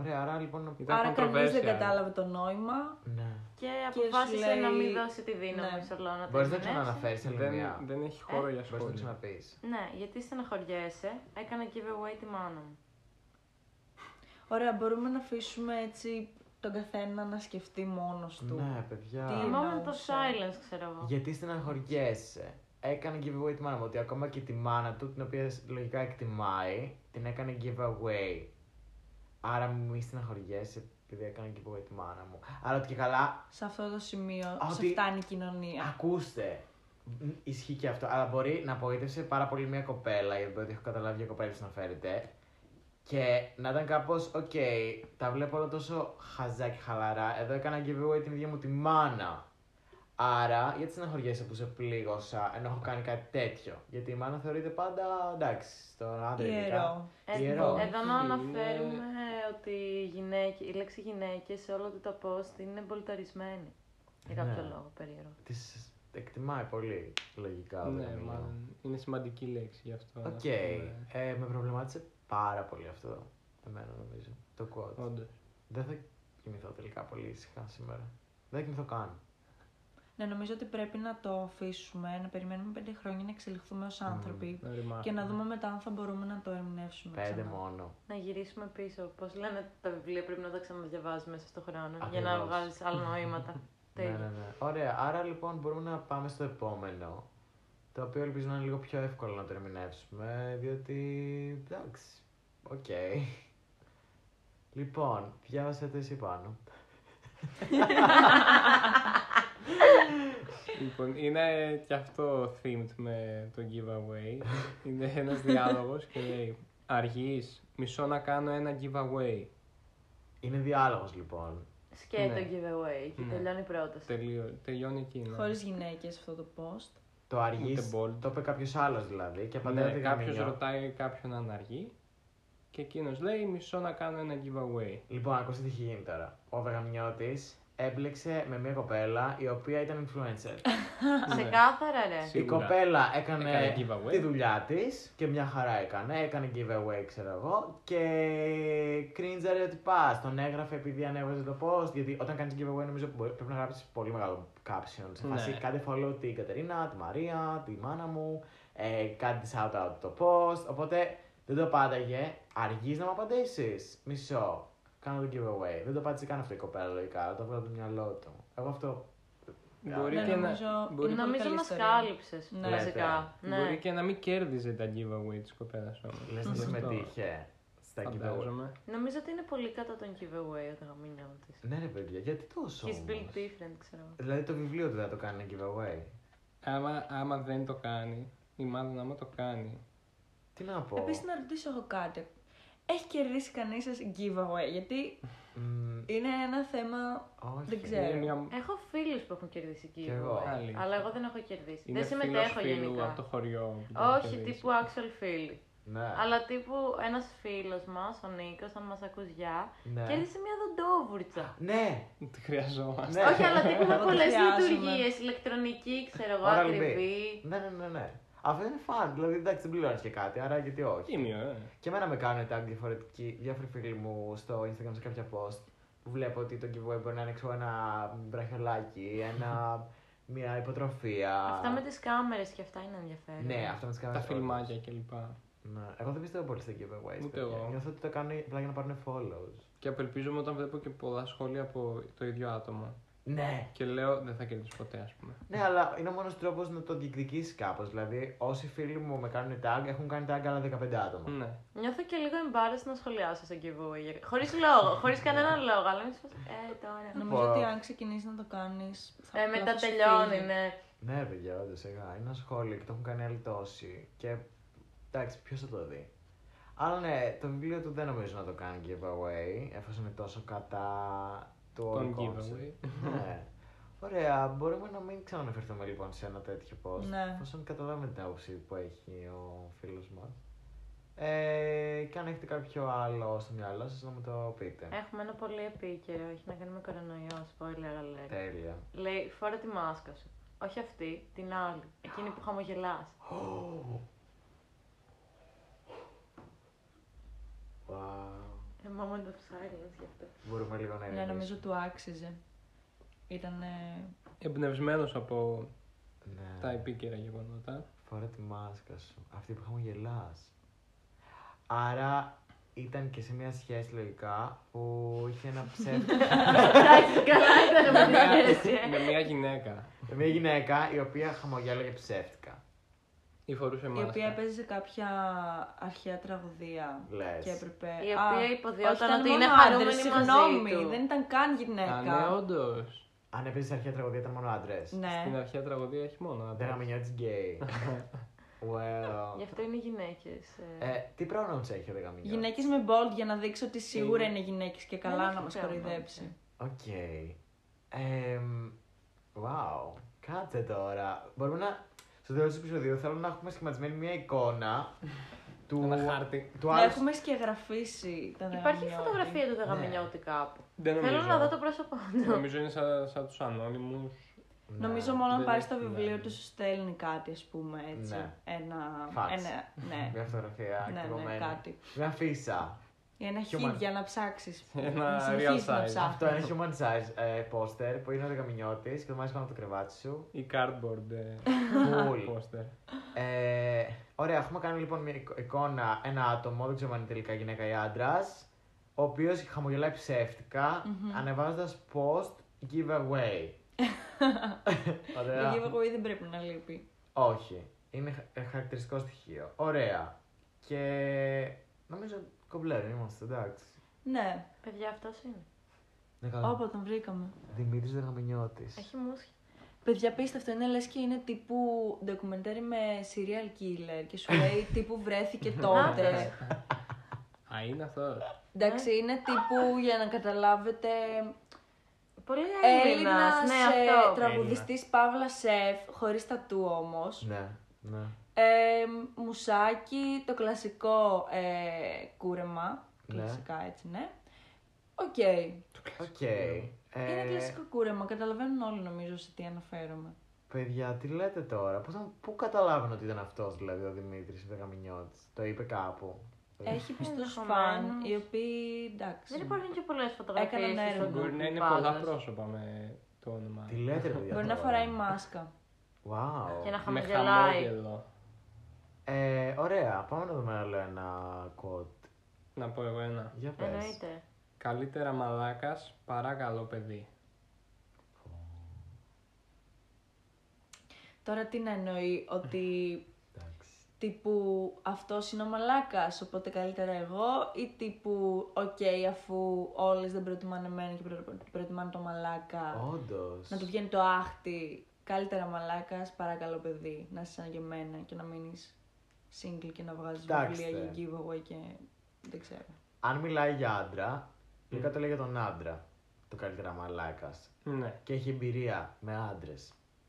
Speaker 1: Ωραία, άρα λοιπόν. να-
Speaker 2: Ήταν
Speaker 3: Άρα κανείς δεν
Speaker 2: controversial.
Speaker 3: κατάλαβε το νόημα.
Speaker 1: Ναι.
Speaker 4: Και
Speaker 3: σου
Speaker 4: αποφάσισε
Speaker 3: λέει-
Speaker 4: να μην δώσει τη δύναμη
Speaker 3: Ναι.
Speaker 4: σε όλο να το
Speaker 1: Μπορείς να
Speaker 4: ερμηνεύσει.
Speaker 1: ξαναναφέρει σε άλλη μια.
Speaker 2: Δεν, δεν
Speaker 4: Ε?
Speaker 2: έχει χώρο για
Speaker 1: Μπορείς να
Speaker 2: σχόλια.
Speaker 1: ξαναπείς.
Speaker 4: Ναι, γιατί στεναχωριέσαι, έκανα giveaway τη μάνα μου.
Speaker 3: Ωραία, μπορούμε να αφήσουμε έτσι τον καθένα να σκεφτεί μόνος του.
Speaker 1: Ναι,
Speaker 4: A
Speaker 1: παιδιά.
Speaker 3: Τι-
Speaker 4: moment of
Speaker 3: εννοούσα.
Speaker 4: silence, ξέρω εγώ.
Speaker 1: Γιατί στεναχωριέσαι. Έκανε giveaway τη μάνα μου. Ότι ακόμα και τη μάνα του, την οποία λογικά εκτιμάει, την έκανε giveaway. Άρα μη στεναχωριέσαι επειδή έκανε giveaway τη μάνα μου. Άρα ότι και καλά.
Speaker 3: Σε αυτό το σημείο σε
Speaker 1: ότι-
Speaker 3: φτάνει η κοινωνία.
Speaker 1: Ακούστε. μ, Ισχύει και αυτό. Αλλά μπορεί να απογοήτευσε πάρα πολύ μια κοπέλα, γιατί από ό,τι έχω καταλάβει για κοπέλες να φέρετε. Και να ήταν κάπως, οκ, τα βλέπω όλα τόσο χαζά και χαλαρά. Εδώ έκανα giveaway την ίδια μου τη μάνα. Άρα, γιατί στεναχωριέσαι που σε πλήγωσα ενώ έχω κάνει κάτι τέτοιο. Γιατί η μάνα θεωρείται πάντα εντάξει, στον άντρα ειδικά.
Speaker 3: Ιερό.
Speaker 4: Ε,
Speaker 1: Ιερό.
Speaker 4: Εδώ να
Speaker 2: Όχι, είναι-
Speaker 4: αναφέρουμε ότι οι γυναίκες, η λέξη γυναίκες σε όλο του τα post είναι εμπολταρισμένη. Για κάποιο
Speaker 1: Ναι.
Speaker 4: λόγο περίεργο.
Speaker 1: Τη εκτιμάει πολύ, λογικά. δεν
Speaker 2: Ναι,
Speaker 1: νομίζω.
Speaker 2: μάλλον. Ναι. Είναι σημαντική λέξη γι' αυτό.
Speaker 1: Οκ.
Speaker 2: αναφέρουμε.
Speaker 1: Ε, με προβλημάτισε πάρα πολύ αυτό. Εμένα νομίζω. Το quote.
Speaker 2: Όντως.
Speaker 1: Δεν θα κοιμηθώ τελικά πολύ ήσυχα σήμερα. Δεν θα κοιμηθώ καν.
Speaker 3: Ναι, νομίζω ότι πρέπει να το αφήσουμε, να περιμένουμε πέντε χρόνια να εξελιχθούμε ως άνθρωποι
Speaker 2: Να ρημάσουμε.
Speaker 3: και να δούμε μετά αν θα μπορούμε να το ερμηνεύσουμε.
Speaker 1: Ναι, Πέντε
Speaker 3: ξανά.
Speaker 1: μόνο.
Speaker 4: Να γυρίσουμε πίσω. Πώς λένε τα βιβλία, πρέπει να τα ξαναδιαβάζουμε μέσα στον χρόνο για να
Speaker 1: Ακριβώς.
Speaker 4: βγάλεις άλλα νοήματα.
Speaker 1: Ναι, ναι,
Speaker 4: Τέλεια.
Speaker 1: ναι. Ωραία. Άρα λοιπόν μπορούμε να πάμε στο επόμενο. Το οποίο ελπίζω να είναι λίγο πιο εύκολο να το ερμηνεύσουμε, διότι. εντάξει. Οκ. Λοιπόν, διάβασε το εσύ πάνω.
Speaker 2: Λοιπόν, είναι και αυτό themed με το giveaway. είναι ένας διάλογος και λέει «Αργείς, μισό να κάνω ένα giveaway».
Speaker 1: Είναι διάλογος λοιπόν.
Speaker 4: Σκέτο
Speaker 2: Ναι.
Speaker 4: giveaway και
Speaker 2: Ναι.
Speaker 4: τελειώνει η πρόταση.
Speaker 2: Τελείω, τελειώνει εκεί. ναι.
Speaker 3: Χωρίς γυναίκες αυτό το post.
Speaker 1: Το αργή.
Speaker 2: Ούτε bold.
Speaker 1: Το είπε κάποιος άλλος δηλαδή. Και απαντάει
Speaker 2: Ναι,
Speaker 1: ότι
Speaker 2: κάποιος
Speaker 1: «Γαμίνιο».
Speaker 2: ρωτάει κάποιον αν αργεί και εκείνος λέει μισό να κάνω ένα giveaway.
Speaker 1: Λοιπόν, ακούστε τι έχει γίνει τώρα. Ο Βεγαμιώτης έμπλεξε με μια κοπέλα η οποία ήταν influencer.
Speaker 2: Ναι.
Speaker 4: Ξεκάθαρα, ρε.
Speaker 1: η
Speaker 2: Σίγουρα.
Speaker 1: κοπέλα έκανε,
Speaker 2: Έκανε giveaway.
Speaker 1: τη δουλειά της και μια χαρά έκανε. Έκανε giveaway, ξέρω εγώ. Και κρίντζαρε ότι πας. Τον έγραφε επειδή ανέβαζε το post. Γιατί όταν κάνεις giveaway, νομίζω που μπορεί- πρέπει να γράψεις πολύ μεγάλο caption. Σε φάση
Speaker 2: Ναι.
Speaker 1: κάντε follow την Κατερίνα, τη Μαρία, τη μάνα μου. Ε, κάντε shout out το post. Οπότε δεν το πάταγε. Αργείς να μου απαντήσεις. Μισό. Κάνω το giveaway. Δεν το πάτησε καν αυτό η κοπέλα λογικά. αλλά Το βγάλω από το μυαλό του. Εγώ αυτό.
Speaker 2: Μπορεί,
Speaker 3: Ναι,
Speaker 2: και,
Speaker 3: νομίζω-
Speaker 2: να, μπορεί,
Speaker 3: είναι- πολύ
Speaker 4: Νομίζω
Speaker 3: καλή
Speaker 4: μας
Speaker 3: ιστορία.
Speaker 4: κάλυψες.
Speaker 3: Ναι.
Speaker 4: Βασικά.
Speaker 2: μπορεί
Speaker 4: Ναι.
Speaker 2: και να μην κέρδιζε τα giveaway της κοπέλας όμως.
Speaker 1: Λες να
Speaker 2: Αυτό
Speaker 1: συμμετείχε στα giveaway.
Speaker 2: Φαντάζομαι.
Speaker 4: Νομίζω ότι είναι πολύ κατά τον giveaway ο γαμίνιο της.
Speaker 1: Ναι, ρε παιδιά, γιατί τόσο.
Speaker 4: He's
Speaker 1: όμως?
Speaker 4: built different, ξέρω εγώ.
Speaker 1: Δηλαδή το βιβλίο του δεν θα το κάνει ένα giveaway.
Speaker 2: Άμα, άμα δεν το κάνει, ή μάλλον άμα το κάνει,
Speaker 1: Τι να πω.
Speaker 3: Επίσης, να ρωτήσω εγώ κάτι. Έχει κερδίσει κανείς σα giveaway, γιατί
Speaker 1: Μμμ,
Speaker 3: είναι ένα θέμα.
Speaker 1: όχι.
Speaker 3: Δεν ξέρω.
Speaker 2: είναι
Speaker 3: Ε,
Speaker 2: μια
Speaker 4: Έχω φίλους που έχουν κερδίσει
Speaker 1: Κι εγώ.
Speaker 4: giveaway.
Speaker 2: Αλήθεια.
Speaker 4: Ναι. Αλλά εγώ δεν έχω κερδίσει.
Speaker 2: είναι
Speaker 4: δεν
Speaker 2: φίλος
Speaker 4: συμμετέχω
Speaker 2: φίλου από το
Speaker 4: γενικά.
Speaker 2: χωριό. που το
Speaker 4: Όχι,
Speaker 2: κερδίσει.
Speaker 4: τύπου actual φίλοι.
Speaker 1: Ναι.
Speaker 4: Αλλά τύπου ένας φίλος μας, ο Νίκος, αν μας ακούς γεια,
Speaker 1: Ναι.
Speaker 4: κέρδισε μια δοντόβουρτσα.
Speaker 1: Ναι,
Speaker 2: Τη χρειαζόμαστε.
Speaker 1: Ναι.
Speaker 4: Όχι, αλλά τύπου με
Speaker 3: Εγώ το
Speaker 4: πολλές
Speaker 3: χρειάζομαι.
Speaker 4: λειτουργίες. Ηλεκτρονική, ξέρω εγώ,
Speaker 1: Oral B.
Speaker 4: ακριβή.
Speaker 1: ναι, ναι, ναι, ναι. Αυτό είναι φαν, δηλαδή εντάξει δεν πληρώνεις και κάτι, άρα γιατί
Speaker 4: Ναι.
Speaker 1: όχι.
Speaker 2: Τίμιο, ε.
Speaker 1: Και εμένα με κάνουν tag διαφορετικοί, διάφοροι φίλοι μου στο Instagram σε κάποια post που βλέπω ότι το giveaway μπορεί να είναι ξέρω, ένα μπραχιολάκι, ένα, μια υποτροφία.
Speaker 4: Αυτά με τις κάμερες και αυτά είναι ενδιαφέρον.
Speaker 1: Ναι, αυτά με τις
Speaker 2: Τα
Speaker 1: κάμερες.
Speaker 2: φιλμάκια κλπ.
Speaker 1: Ναι. Εγώ δεν πιστεύω πολύ στα giveaways.
Speaker 2: Ούτε
Speaker 1: παιδιά.
Speaker 2: εγώ.
Speaker 1: Νιώθω ότι το κάνουν απλά για να πάρουν follows.
Speaker 2: Και απελπίζομαι όταν βλέπω και πολλά σχόλια από το ίδιο άτομο.
Speaker 1: Ναι,
Speaker 2: Και λέω δεν θα κερδίσω ποτέ, ας πούμε.
Speaker 1: Ναι, αλλά είναι ο μόνος τρόπος να το διεκδικήσεις κάπως. Δηλαδή, όσοι φίλοι μου με κάνουν tag, έχουν κάνει tag άλλα 15 άτομα.
Speaker 2: Ναι.
Speaker 4: Νιώθω και λίγο embarrassed να σχολιάσω σε giveaway. Χωρίς λόγο, χωρίς κανένα λόγο. Αλλά μην σου πω, Ε, τώρα.
Speaker 3: Νομίζω
Speaker 1: Πω.
Speaker 3: ότι αν ξεκινήσεις να το κάνεις.
Speaker 4: Ε, μετά τελειώνει, ναι.
Speaker 1: Ναι, ρε παιδιά, όντως, σιγά. Είναι ένα σχόλιο και το έχουν κάνει άλλοι τόσοι. Και εντάξει, ποιος θα το δει. Αλλά ναι, το βιβλίο του δεν νομίζω να το κάνει giveaway, εφόσον είναι τόσο κατά του
Speaker 2: Τον
Speaker 1: όλου concept.
Speaker 2: giveaway.
Speaker 1: Ναι. Ωραία, μπορούμε να μην ξαναναφερθούμε λοιπόν σε ένα τέτοιο post.
Speaker 3: Ναι.
Speaker 1: Εφόσον καταλάβαμε την άποψη που έχει ο φίλος μας. Ε, και αν έχετε κάποιο άλλο στο μυαλό σας, να μου το πείτε.
Speaker 4: Έχουμε ένα πολύ επίκαιρο. Έχει να κάνει με κορονοϊό. Spoiler alert.
Speaker 1: Τέλεια.
Speaker 4: Λέει, φόρα τη μάσκα σου. Όχι αυτή, την άλλη. Εκείνη που χαμογελάς.
Speaker 1: Wow.
Speaker 4: A moment of silence γι' αυτό.
Speaker 1: Μπορούμε λίγο να
Speaker 3: Ναι,
Speaker 1: ηρεμήσουμε.
Speaker 3: νομίζω του άξιζε. Ήταν.
Speaker 2: Εμπνευσμένος από
Speaker 1: Ναι.
Speaker 2: τα επίκαιρα γεγονότα.
Speaker 1: Φορά τη μάσκα σου. Αυτή που χαμογελάς. Άρα ήταν και σε μια σχέση λογικά που είχε ένα ψεύδο.
Speaker 4: Εντάξει, καλά ήταν με τη σχέση.
Speaker 2: με
Speaker 4: ε.
Speaker 2: μια γυναίκα.
Speaker 1: μια γυναίκα η οποία χαμογέλαγε ψεύτικα.
Speaker 2: Ή φορούσε
Speaker 3: Η οποία
Speaker 2: μάσκα.
Speaker 3: έπαιζε σε κάποια αρχαία τραγωδία.
Speaker 1: Λες.
Speaker 3: Και έπρεπε.
Speaker 4: Η
Speaker 3: Α,
Speaker 4: οποία υποδιόταν
Speaker 3: όχι, ήταν
Speaker 4: ότι είναι
Speaker 3: μόνο άντρες,
Speaker 4: χαρούμενη μαζί
Speaker 3: Συγγνώμη,
Speaker 4: του.
Speaker 3: δεν ήταν καν γυναίκα.
Speaker 2: Α, ναι, όντως.
Speaker 1: Αν έπαιζε αρχαία τραγωδία ήταν μόνο άντρες.
Speaker 2: Στην
Speaker 3: Ναι.
Speaker 2: αρχαία τραγωδία έχει μόνο
Speaker 1: Δεν
Speaker 2: άντρα.
Speaker 1: είχαμε νιώθει γκέι.
Speaker 4: Γι'
Speaker 1: Well.
Speaker 4: αυτό είναι γυναίκες.
Speaker 1: Ε, τι pronouns έχει ο Δεγαμινιώτης.
Speaker 3: Γυναίκες με bold για να δείξει ότι σίγουρα
Speaker 2: Ε,
Speaker 3: είναι γυναίκες και
Speaker 4: δεν
Speaker 3: καλά να
Speaker 4: έχει
Speaker 3: μας
Speaker 4: θέμα. ναι.
Speaker 3: κοροϊδέψει.
Speaker 1: Οκ. Εμ, wow. Κάτσε τώρα. Μπορούμε να. Στο τέλος του επεισοδίου θέλω να έχουμε σχηματισμένη μια εικόνα του.
Speaker 2: Ένα χάρτη.
Speaker 1: Του
Speaker 3: Να
Speaker 1: άλλου.
Speaker 3: έχουμε σκεγγραφίσει τα
Speaker 4: Υπάρχει
Speaker 3: δεγαμιώτη.
Speaker 4: φωτογραφία του Δαγαμινιώτη κάπου.
Speaker 2: Ε, Ναι. Δεν νομίζω. Ναι.
Speaker 4: Θέλω να δω το πρόσωπό του.
Speaker 2: Νομίζω είναι σαν, σαν τους ανώνυμους.
Speaker 1: Ναι.
Speaker 3: Νομίζω μόνο αν
Speaker 2: δεν ναι.
Speaker 3: πάρει
Speaker 2: έχει
Speaker 3: το βιβλίο
Speaker 2: νόημα.
Speaker 3: του, σου στέλνει κάτι, ας πούμε. Έτσι.
Speaker 1: Ναι.
Speaker 3: Ένα.
Speaker 1: Fax.
Speaker 3: ένα- ναι.
Speaker 1: Μια φωτογραφία
Speaker 3: ναι, ναι,
Speaker 1: εκτυπωμένη.
Speaker 3: κάτι.
Speaker 1: Μια φύσα.
Speaker 3: Ή ένα
Speaker 1: Human.
Speaker 3: χίδια να ψάξεις.
Speaker 2: Ένα
Speaker 3: να
Speaker 2: real
Speaker 3: συνεχίσεις να
Speaker 2: size.
Speaker 1: Αυτό είναι
Speaker 3: ψάχνεις.
Speaker 1: human size ε, poster που είναι ο δεκαμινιώτη και το μάζει πάνω από το κρεβάτι σου.
Speaker 2: Ή cardboard ε,
Speaker 1: Cool.
Speaker 2: poster.
Speaker 1: Ε, ωραία, έχουμε κάνει λοιπόν μια εικο- εικόνα, ένα άτομο, δεν ξέρω αν είναι τελικά γυναίκα ή άντρας, ο οποίος χαμογελάει ψεύτικα, ανεβάζοντα post giveaway.
Speaker 3: Το
Speaker 1: ωραία.
Speaker 3: giveaway δεν πρέπει να λείπει.
Speaker 1: Όχι. Είναι χα- ε, χαρακτηριστικό στοιχείο. Ωραία. Και νομίζω κομπλέρ είμαστε, εντάξει.
Speaker 3: Ναι,
Speaker 4: Παιδιά, αυτός είναι.
Speaker 1: Ναι, καλά.
Speaker 3: όπα τον βρήκαμε.
Speaker 1: Δημήτρης Δεγαμινιώτη.
Speaker 4: Έχει μουσική.
Speaker 3: Παιδιά, πίστευτο είναι λες και είναι τύπου ντοκουμεντέρι με serial killer και σου λέει τύπου βρέθηκε τότε.
Speaker 2: Α, είναι αυτό.
Speaker 3: Εντάξει, είναι τύπου για να καταλάβετε
Speaker 4: Πολύ
Speaker 3: Έλληνας
Speaker 4: Έλληνας. Ναι, αυτό.
Speaker 3: τραγουδιστής ε, Παύλα Σεφ, χωρίς τατού όμως.
Speaker 1: Ναι, ναι.
Speaker 3: Ε, μουσάκι, το κλασικό ε, κούρεμα.
Speaker 1: Ναι.
Speaker 3: Κλασικά έτσι, ναι. Οκ.
Speaker 1: Οκ.
Speaker 3: Είναι
Speaker 1: Ε,
Speaker 3: κλασικό κούρεμα. Καταλαβαίνουν όλοι νομίζω σε τι αναφέρομαι.
Speaker 1: Παιδιά, τι λέτε τώρα. Πώς, θα- πού καταλάβαινε ότι ήταν αυτός δηλαδή ο Δημήτρης ο Γαμινιώτης. Το είπε κάπου.
Speaker 3: Έχει πιστού φαν
Speaker 4: Ενδεχομένως.
Speaker 3: οι οποίοι εντάξει.
Speaker 4: Δεν υπάρχουν και πολλές φωτογραφίες
Speaker 3: Έκαναν
Speaker 4: στον
Speaker 3: έρευνα.
Speaker 2: Μπορεί να είναι
Speaker 4: Google
Speaker 2: πολλά
Speaker 4: πάντως.
Speaker 2: πρόσωπα με το όνομα.
Speaker 1: Τι λέτε ρε παιδιά
Speaker 3: Μπορεί να
Speaker 1: τώρα.
Speaker 3: φοράει μάσκα.
Speaker 1: Wow.
Speaker 4: Και να
Speaker 2: Με
Speaker 4: χαμογελάει.
Speaker 2: χαμόγελο.
Speaker 1: Ε, ωραία, πάμε να δούμε άλλο ένα κοτ.
Speaker 2: Να πω εγώ ένα.
Speaker 1: Για πες.
Speaker 4: Εννοείται.
Speaker 2: Καλύτερα μαλάκας παρά καλό παιδί.
Speaker 3: Τώρα τι να εννοεί ότι
Speaker 1: Εντάξει.
Speaker 3: τύπου αυτός είναι ο μαλάκας, οπότε καλύτερα εγώ, ή τύπου οκ, αφού όλες δεν προτιμάνε εμένα και προ- προτιμάνε το μαλάκα.
Speaker 1: Όντως.
Speaker 3: Να του βγαίνει το άχτι. Καλύτερα μαλάκας, παρακαλώ παιδί, να είσαι σαν και εμένα και να μείνεις single και να βγάζεις
Speaker 1: Κοιτάξτε.
Speaker 3: βιβλία για giveaway και δεν ξέρω.
Speaker 1: Αν μιλάει για άντρα, Λίκα το λέει για τον άντρα. Το καλύτερα μαλάκας.
Speaker 2: Ναι,
Speaker 1: Και έχει εμπειρία με άντρες.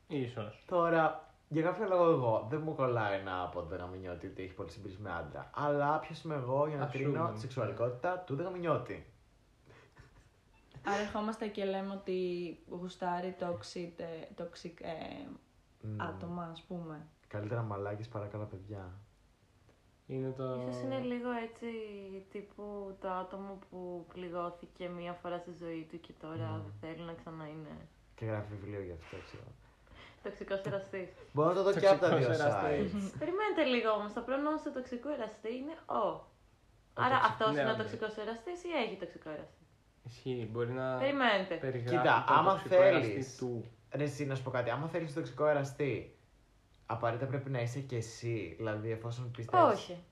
Speaker 2: ίσως.
Speaker 1: Τώρα, για κάποιο λόγο εγώ δεν μου κολλάει ένα άποδο γαμινιώτη ότι έχει πολύ συμπίεση με άντρα. Αλλά ποιος είμαι εγώ για να
Speaker 2: Ας
Speaker 1: κρίνω
Speaker 2: πούμε.
Speaker 1: τη σεξουαλικότητα του δεν γαμινιώτη.
Speaker 3: Άρα ερχόμαστε και λέμε ότι γουστάρει toxic, ε, toxic ε,
Speaker 1: Μμμ.
Speaker 3: άτομα, ας πούμε.
Speaker 1: Καλύτερα μαλάκες παρακαλώ, παιδιά.
Speaker 2: Είναι το...
Speaker 4: Ίσως είναι λίγο έτσι τύπου το άτομο που πληγώθηκε μία φορά στη ζωή του και
Speaker 2: Ναι.
Speaker 4: τώρα δεν θέλει να ξανά είναι
Speaker 1: Και γράφει βιβλίο γι' αυτό, ξέρω.
Speaker 4: τοξικός εραστής.
Speaker 1: Μπορώ να το δω και από τα δύο
Speaker 2: Τοξικός
Speaker 1: sides.
Speaker 2: εραστής.
Speaker 4: Περιμένετε λίγο όμως. Το πρόνομο του τοξικού εραστή είναι ο. Άρα
Speaker 2: τοξι-
Speaker 4: αυτός
Speaker 2: ναι,
Speaker 4: είναι ο
Speaker 2: ναι.
Speaker 4: τοξικός εραστής ή έχει τοξικό εραστή.
Speaker 2: Ισχύει, μπορεί να
Speaker 4: Περιμένετε.
Speaker 2: περιγράφει
Speaker 1: Κοίτα,
Speaker 2: τον
Speaker 1: άμα
Speaker 2: τοξικό εραστή
Speaker 1: θέλεις.
Speaker 2: του.
Speaker 1: Ρε, εσύ να σου πω κάτι. Άμα θέλεις τοξικό εραστή, απαραίτητα πρέπει να είσαι και εσύ. Δηλαδή, εφόσον πιστεύεις.
Speaker 4: Όχι.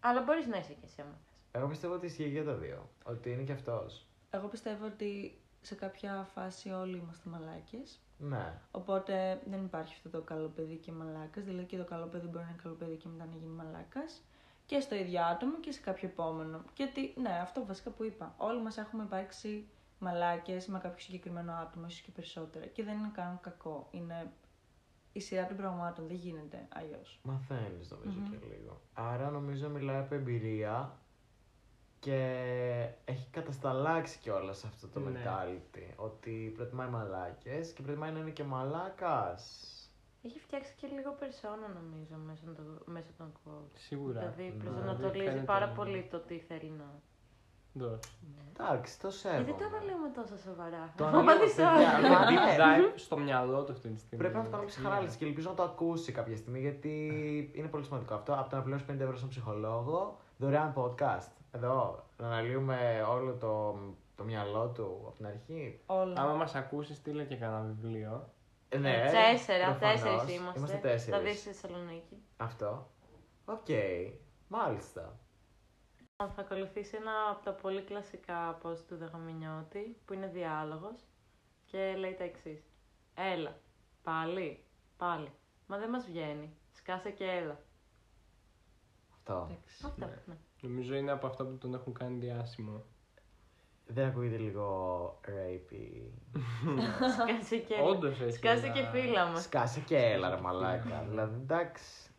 Speaker 4: Αλλά μπορείς να είσαι και εσύ άμα θες.
Speaker 1: Εγώ πιστεύω ότι ισχύει για τα δύο. Ότι είναι και αυτός.
Speaker 3: Εγώ πιστεύω ότι σε κάποια φάση όλοι είμαστε μαλάκες.
Speaker 1: Ναι.
Speaker 3: Οπότε δεν υπάρχει αυτό το καλό παιδί και μαλάκας. Δηλαδή και το καλό παιδί μπορεί να είναι καλό παιδί και μετά να γίνει μαλάκας. Και στο ίδιο άτομο και σε κάποιο επόμενο. Και ότι, ναι, αυτό βασικά που είπα. Όλοι μας έχουμε υπάρξει μαλάκες με κάποιο συγκεκριμένο άτομο, ίσως και περισσότερα. Και δεν είναι καν κακό. Είναι η σειρά των πραγμάτων. Δεν γίνεται αλλιώς.
Speaker 1: Μαθαίνει νομίζω
Speaker 3: Μμμ.
Speaker 1: και λίγο. Άρα νομίζω μιλάει από εμπειρία και έχει κατασταλάξει κιόλας αυτό το
Speaker 2: Ναι.
Speaker 1: mentality. Ότι προτιμάει μαλάκες και προτιμάει να είναι και μαλάκας.
Speaker 4: Έχει φτιάξει και λίγο περσόνα νομίζω μέσα, το, μέσα των quotes.
Speaker 2: Σίγουρα.
Speaker 4: Δηλαδή
Speaker 1: Ναι.
Speaker 4: προσανατολίζει
Speaker 2: Φαίνεται,
Speaker 4: πάρα
Speaker 2: ναι.
Speaker 4: πολύ το τι θέλει να.
Speaker 2: Ντόρ.
Speaker 1: Εντάξει, το σέβομαι.
Speaker 4: Γιατί το αναλύουμε τόσο σοβαρά.
Speaker 1: Το
Speaker 4: Μα
Speaker 1: αναλύω,
Speaker 4: δεις
Speaker 1: παιδιά,
Speaker 4: όλα.
Speaker 1: μα
Speaker 2: Κάνει
Speaker 1: ναι.
Speaker 2: deep dive στο μυαλό του αυτή τη στιγμή.
Speaker 1: Πρέπει να το κάνουμε ψυχανάλυση και ελπίζω να το ακούσει κάποια στιγμή γιατί είναι πολύ σημαντικό αυτό. Από το να πληρώσει 50 ευρώ στον ψυχολόγο, δωρεάν podcast. Εδώ, να αναλύουμε όλο το, το μυαλό του από την αρχή.
Speaker 3: Όλα.
Speaker 2: Άμα μας ακούσεις, στείλε και κανένα βιβλίο.
Speaker 1: Ε, Ναι,
Speaker 4: Τέσσερα,
Speaker 1: προφανώς.
Speaker 4: τέσσερις είμαστε.
Speaker 1: Είμαστε τέσσερις.
Speaker 4: Θα δεις στη Θεσσαλονίκη.
Speaker 1: Αυτό. Οκ. Μάλιστα.
Speaker 4: Θα ακολουθήσει ένα από τα πολύ κλασικά post του Δεγαμινιώτη, που είναι διάλογος και λέει τα εξής. Έλα, πάλι, πάλι, μα δεν μας βγαίνει, σκάσε και έλα.
Speaker 1: Αυτό.
Speaker 3: Εντάξει.
Speaker 4: Αυτό,
Speaker 2: Ναι.
Speaker 4: ναι.
Speaker 2: Νομίζω είναι από αυτά που τον έχουν κάνει διάσημο.
Speaker 1: Δεν ακούγεται λίγο rapey.
Speaker 4: σκάσε και έλα.
Speaker 2: Όντως έχει.
Speaker 4: σκάσε
Speaker 2: ένα-
Speaker 4: και φίλα μας.
Speaker 1: Σκάσε και έλα, ρε μαλάκα.
Speaker 4: Ναι.
Speaker 1: δηλαδή, εντάξει.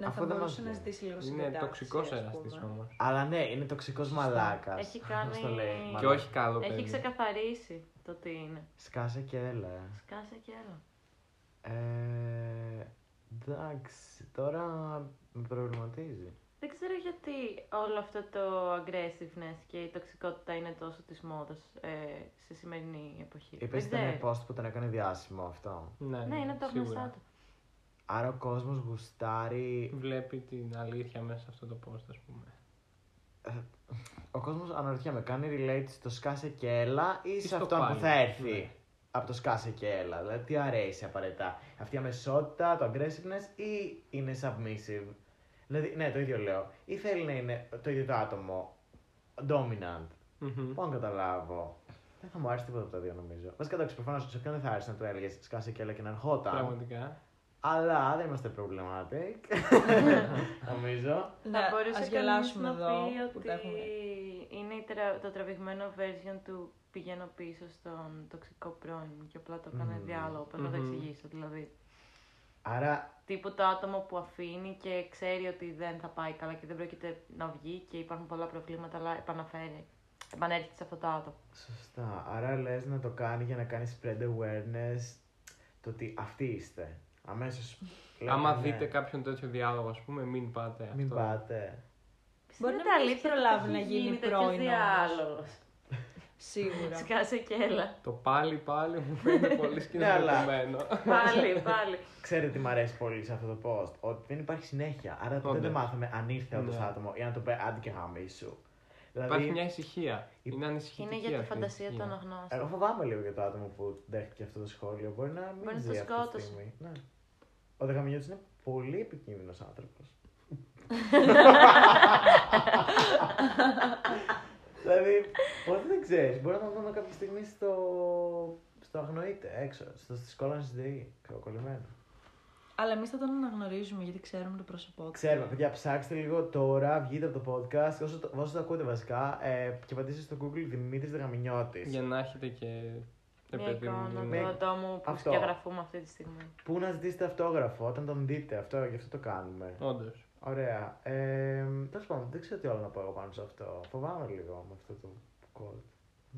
Speaker 3: Ναι,
Speaker 1: Αφού
Speaker 3: θα
Speaker 1: δεν μας
Speaker 3: μπορούσε να
Speaker 1: βγαίνει.
Speaker 3: ζητήσει λίγο
Speaker 2: Είναι
Speaker 3: συντετάξεις,
Speaker 2: τοξικός
Speaker 3: ας
Speaker 2: εραστή
Speaker 3: πούμε.
Speaker 2: όμως.
Speaker 1: Αλλά ναι, είναι τοξικός μαλάκας.
Speaker 4: Έχει κάνει-
Speaker 1: το λέει.
Speaker 4: Και
Speaker 2: Και όχι καλό παιδί.
Speaker 4: Έχει ξεκαθαρίσει το τι είναι.
Speaker 1: Σκάσε και έλα. ε.
Speaker 4: Σκάσε και έλα.
Speaker 1: Ε, εντάξει, τώρα με προβληματίζει.
Speaker 4: Δεν ξέρω γιατί όλο αυτό το aggressiveness και η τοξικότητα είναι τόσο της μόδας ε, στη σημερινή εποχή.
Speaker 1: Είπες
Speaker 4: Ε, Δεν
Speaker 1: ήταν
Speaker 4: ξέρω.
Speaker 1: post που τον έκανε διάσημο αυτό.
Speaker 2: Ναι,
Speaker 4: Ναι, είναι από τα
Speaker 2: σίγουρα.
Speaker 4: γνωστά του.
Speaker 1: Άρα ο κόσμος γουστάρει...
Speaker 2: Βλέπει την αλήθεια μέσα σε αυτό το post, ας πούμε.
Speaker 1: Ο κόσμος αναρωτιέμαι, κάνει relate στο σκάσε και έλα ή σε
Speaker 2: στο
Speaker 1: αυτόν που
Speaker 2: πάλι.
Speaker 1: θα έρθει.
Speaker 2: Ναι.
Speaker 1: Από το σκάσε και έλα. Δηλαδή τι αρέσει απαραίτητα. Αυτή η αμεσότητα, το aggressiveness ή είναι submissive. Δηλαδή, ναι, το ίδιο λέω. Ή θέλει να είναι το ίδιο το άτομο dominant.
Speaker 2: Μμμ.
Speaker 1: Μπορώ να καταλάβω. Δεν θα μου άρεσε τίποτα από τα δύο νομίζω. Βασικά εντάξει, προφανώς σε ποιον δεν θα άρεσε να του έλεγες σκάσε και έλα και να ερχόταν.
Speaker 2: Πραγματικά.
Speaker 1: Αλλά δεν είμαστε problematic. Νομίζω.
Speaker 3: Ναι,
Speaker 4: θα μπορούσε
Speaker 3: ας
Speaker 4: κανείς
Speaker 3: γελάσουμε
Speaker 4: να
Speaker 3: εδώ
Speaker 4: πει
Speaker 3: που
Speaker 4: ότι
Speaker 3: τα έχουμε.
Speaker 4: είναι η τρα- το τραβηγμένο version του πηγαίνω πίσω στον τοξικό πρώην και απλά το έκανε
Speaker 1: Μμμ.
Speaker 4: διάλογο, πρέπει να το
Speaker 2: Μμμ.
Speaker 4: εξηγήσω. Δηλαδή,
Speaker 1: Άρα,
Speaker 4: τύπου το άτομο που αφήνει και ξέρει ότι δεν θα πάει καλά και δεν πρόκειται να βγει και υπάρχουν πολλά προβλήματα, αλλά επαναφέρει. Επανέρχεται σε αυτό το άτομο.
Speaker 1: σωστά. Άρα λες να το κάνει για να κάνεις spread awareness το ότι αυτοί είστε. Αμέσως. λέτε
Speaker 2: Άμα
Speaker 1: ναι.
Speaker 2: δείτε κάποιον τέτοιο διάλογο, ας πούμε, μην πάτε αυτό.
Speaker 1: Μην πάτε.
Speaker 3: Μπορεί
Speaker 4: Είναι
Speaker 3: να μην
Speaker 4: αλήθεια
Speaker 3: έχει
Speaker 4: ότι
Speaker 3: προλάβει
Speaker 4: έχει
Speaker 3: να γίνει
Speaker 4: γίνει τέτοιος
Speaker 3: πρώην όμως.
Speaker 4: διάλογος.
Speaker 3: Σίγουρα.
Speaker 4: Σκάσε και έλα.
Speaker 2: Το πάλι πάλι μου φαίνεται πολύ
Speaker 1: Ναι, αλλά-
Speaker 2: σκηνοθετημένο.
Speaker 4: πάλι, πάλι.
Speaker 1: Ξέρετε τι μου αρέσει πολύ σε αυτό το post. Ότι δεν υπάρχει συνέχεια. Άρα ποτέ
Speaker 2: Όντως.
Speaker 1: δεν μάθαμε αν ήρθε όντως
Speaker 2: Ναι.
Speaker 1: άτομο ή αν το πει άντε και γάμι σου.
Speaker 2: Υπάρχει
Speaker 1: Δηλαδή,
Speaker 2: μια ησυχία. Είναι ανησυχητική.
Speaker 4: Είναι για τη
Speaker 2: αυτή η
Speaker 4: φαντασία
Speaker 2: ησυχία.
Speaker 4: των αγνώστων.
Speaker 1: εγώ φοβάμαι λίγο για το άτομο που δέχτηκε αυτό το σχόλιο. Μπορεί να μην
Speaker 4: Μπορεί να
Speaker 1: ζει
Speaker 4: το
Speaker 1: αυτή τη
Speaker 4: σκότωσε.
Speaker 1: στιγμή. Ναι. Ο Δεγαμινιώτης είναι πολύ επικίνδυνος άνθρωπος. δηλαδή, ποτέ δεν ξέρεις. Μπορεί να τον δούμε κάποια στιγμή στο, στο αγνοείται έξω, στο στη σκόλα να συντηρεί, κολλημένο.
Speaker 3: Αλλά εμείς θα τον αναγνωρίζουμε γιατί ξέρουμε το πρόσωπό του.
Speaker 1: Ξέρουμε, παιδιά, ψάξτε λίγο τώρα, βγείτε από το podcast, όσο το, όσο το ακούτε βασικά, ε, και πατήστε στο Google Δημήτρης Δεγαμινιώτης.
Speaker 2: Για να έχετε και. ρε
Speaker 4: Μια
Speaker 2: παιδί μου,
Speaker 4: εικόνα
Speaker 2: ναι.
Speaker 4: του ατόμου που
Speaker 1: Αυτό.
Speaker 4: σκιαγραφούμε αυτή τη στιγμή.
Speaker 1: Πού να ζητήσετε αυτόγραφο όταν τον δείτε, αυτό, γι' αυτό το κάνουμε.
Speaker 2: Όντως.
Speaker 1: Ωραία. Ε, Τέλος πάντων, δεν ξέρω τι άλλο να πω εγώ πάνω σε αυτό. Φοβάμαι λίγο με αυτό το κόλπο.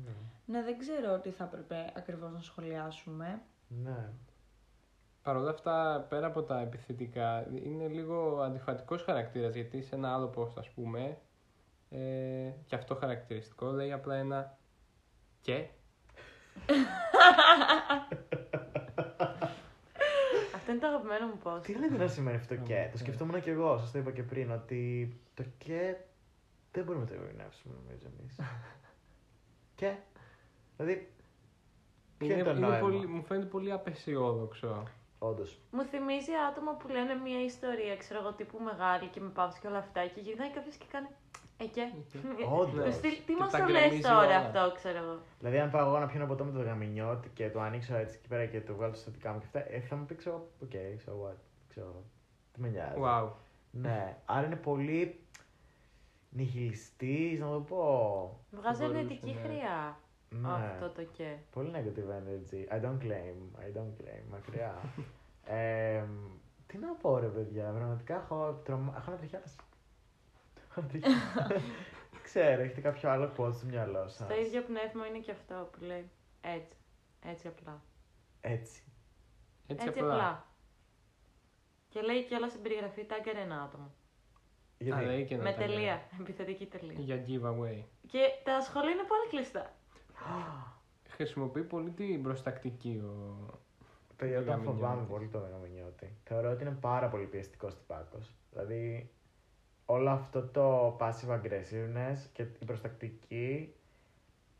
Speaker 1: Ναι.
Speaker 3: Ναι, δεν ξέρω τι θα έπρεπε ακριβώς να σχολιάσουμε.
Speaker 1: ναι.
Speaker 2: Παρ' όλα αυτά, πέρα από τα επιθετικά, είναι λίγο αντιφατικός χαρακτήρας γιατί σε ένα άλλο post, ας πούμε, ε, και αυτό χαρακτηριστικό, λέει απλά ένα και.
Speaker 4: Αυτό είναι το αγαπημένο μου post.
Speaker 1: Τι λέτε να σημαίνει αυτό το και.
Speaker 2: Ναι.
Speaker 1: Το σκεφτόμουν και εγώ, σας το είπα και πριν, ότι το και δεν μπορούμε να το ειρηνεύσουμε νομίζω εμείς. και. Δηλαδή. Ποιο είναι, το νόημα.
Speaker 2: πολύ, μου φαίνεται πολύ απεσιόδοξο.
Speaker 1: Όντως.
Speaker 4: Μου θυμίζει άτομα που λένε μια ιστορία, ξέρω εγώ, τύπου μεγάλη και με παύση και όλα αυτά. Και γυρνάει κάποιος και κάνει. Ε, και.
Speaker 1: Όντως.
Speaker 4: Του στυλ, Τι
Speaker 2: Και
Speaker 4: μα
Speaker 2: τα
Speaker 4: το λε
Speaker 2: γκρεμίζει
Speaker 4: τώρα
Speaker 2: όλα.
Speaker 4: αυτό, ξέρω εγώ.
Speaker 1: Δηλαδή, αν πάω εγώ να πιω ένα ποτό με το γαμινιώτη και το ανοίξω έτσι εκεί πέρα και το βγάλω στα δικά μου και αυτά, ε, θα μου πει ξέρω. Οκ, so what. Ξέρω. εγώ. Τι με νοιάζει.
Speaker 2: Wow.
Speaker 1: Ναι, άρα είναι πολύ νιχιλιστής, να το πω.
Speaker 4: Βγάζει
Speaker 2: μπορούσε,
Speaker 4: αρνητική
Speaker 2: ναι.
Speaker 4: χρειά
Speaker 1: Ναι,
Speaker 4: αυτό το και.
Speaker 1: πολύ negative energy. I don't claim, I don't claim, μακριά. ε, τι να πω ρε παιδιά, πραγματικά έχω, τρομα... έχω να τριχιάσει. Έχω να τριχιάσει. Ξέρω, έχετε κάποιο άλλο quote στο μυαλό σας.
Speaker 4: Το ίδιο πνεύμα είναι και αυτό που λέει. Έτσι. Έτσι απλά.
Speaker 1: Έτσι.
Speaker 2: Έτσι, απλά.
Speaker 4: Και λέει και όλα στην περιγραφή τάγκερ ένα άτομο.
Speaker 1: Γιατί.
Speaker 2: Α, λέει και να
Speaker 4: με
Speaker 2: τα λέει.
Speaker 4: τελεία. Επιθετική τελεία.
Speaker 2: Για giveaway.
Speaker 4: Και τα σχόλια είναι πολύ κλειστά.
Speaker 2: Χρησιμοποιεί πολύ την προστακτική ο...
Speaker 1: Παιδιά,
Speaker 2: Ο
Speaker 1: όταν φοβάμαι
Speaker 2: γαμινιώτης.
Speaker 1: πολύ το γαμινιώτη. Θεωρώ ότι είναι πάρα πολύ πιεστικό στην πάκος. Δηλαδή, όλο αυτό το passive aggressiveness και η προστακτική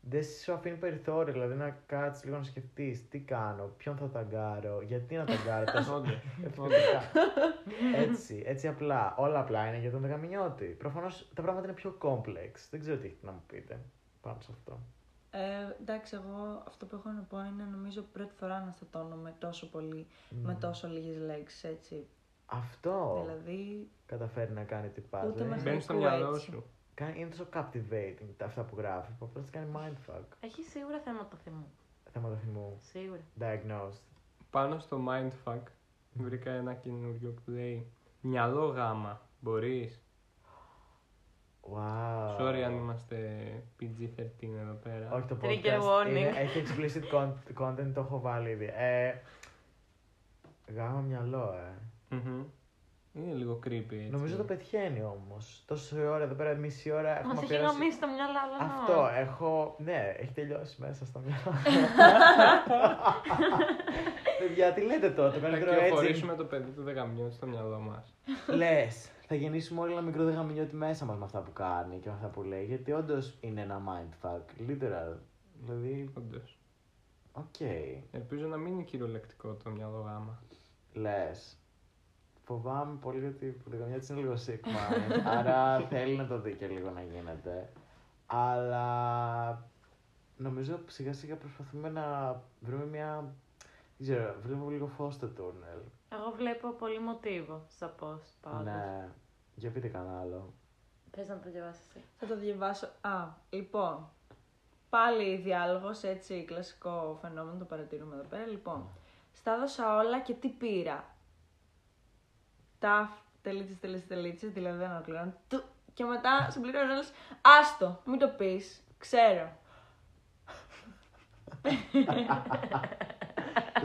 Speaker 1: δεν σου αφήνει περιθώριο. Δηλαδή, να κάτσεις λίγο να σκεφτείς τι κάνω, ποιον θα ταγκάρω, γιατί να ταγκάρω. τόσο
Speaker 2: Όντως, όντως.
Speaker 1: επιθετικά. έτσι, έτσι απλά. Όλα απλά είναι για τον γαμινιώτη. Προφανώς τα πράγματα είναι πιο complex. Δεν ξέρω τι έχετε να μου πείτε πάνω σε αυτό.
Speaker 3: Ε, εντάξει, εγώ αυτό που έχω να πω είναι νομίζω πρώτη φορά να στατώνομαι τόσο πολύ, με
Speaker 1: Μμμ.
Speaker 3: τόσο λίγες λέξει έτσι.
Speaker 1: Αυτό
Speaker 3: Δηλαδή,
Speaker 1: καταφέρει να κάνει την πάλι.
Speaker 3: Ούτε με
Speaker 2: Μπαίνει στο
Speaker 3: Ακούω
Speaker 2: μυαλό
Speaker 3: έτσι.
Speaker 2: σου.
Speaker 1: Κάνει, είναι τόσο captivating τα αυτά που γράφει που απλά σε κάνει mindfuck.
Speaker 4: Έχει σίγουρα θέματα θυμού.
Speaker 1: Θέματα θυμού.
Speaker 4: Σίγουρα.
Speaker 1: Diagnosed.
Speaker 2: Πάνω στο mindfuck βρήκα ένα καινούριο που λέει Μυαλό γάμα, μπορείς.
Speaker 1: Wow.
Speaker 2: Sorry αν είμαστε PG-13 εδώ πέρα.
Speaker 1: Όχι το podcast.
Speaker 4: Trigger warning.
Speaker 1: είναι- έχει explicit con- content, το έχω βάλει ήδη. Ε, γάμα μυαλό, ε.
Speaker 2: Μμμ. Είναι λίγο creepy έτσι.
Speaker 1: Νομίζω το πετυχαίνει όμως. Τόση ώρα εδώ πέρα, μισή ώρα έχουμε
Speaker 4: Μα έχει
Speaker 1: αφιερώσει-
Speaker 4: γαμίσει το μυαλό, αλλά να.
Speaker 1: Αυτό έχω. Ναι, έχει τελειώσει μέσα στο μυαλό. Παιδιά, τι λέτε τώρα, το
Speaker 2: Θα
Speaker 1: καλύτερο έτσι.
Speaker 2: κυοφορήσουμε το παιδί του δεκαμιών στο μυαλό μας.
Speaker 1: Λες, θα γεννήσουμε όλοι ένα μικρό δεγαμινιώτη μέσα μας με αυτά που κάνει και με αυτά που λέει, γιατί όντως είναι ένα mindfuck. Literal. Δηλαδή,
Speaker 2: Όντως.
Speaker 1: οκ.
Speaker 2: Ελπίζω να μην είναι κυριολεκτικό το μυαλό γάμα.
Speaker 1: Λες. Φοβάμαι πολύ ότι ο δεγαμινιώτης είναι λίγο sick mind, άρα θέλει να το δει και λίγο να γίνεται. Αλλά νομίζω σιγά σιγά προσπαθούμε να βρούμε μια. Δεν ξέρω, βλέπω λίγο φως στο τούνελ.
Speaker 4: Εγώ βλέπω πολύ μοτίβο στα post πάντως.
Speaker 1: Ναι. Για πείτε κανένα άλλο.
Speaker 4: Θες να το διαβάσεις εσύ.
Speaker 3: Θα το διαβάσω. Α, λοιπόν. Πάλι διάλογος, έτσι, κλασικό φαινόμενο, το παρατηρούμε εδώ πέρα. Λοιπόν, στα δώσα όλα και τι πήρα. Ταφ, τελίτσες, τελίτσες, τελίτσες, δηλαδή δεν ολοκληρώνω. Του, και μετά συμπληρώνω όλες, Άστο, μην το πεις. Ξέρω.
Speaker 1: Δεν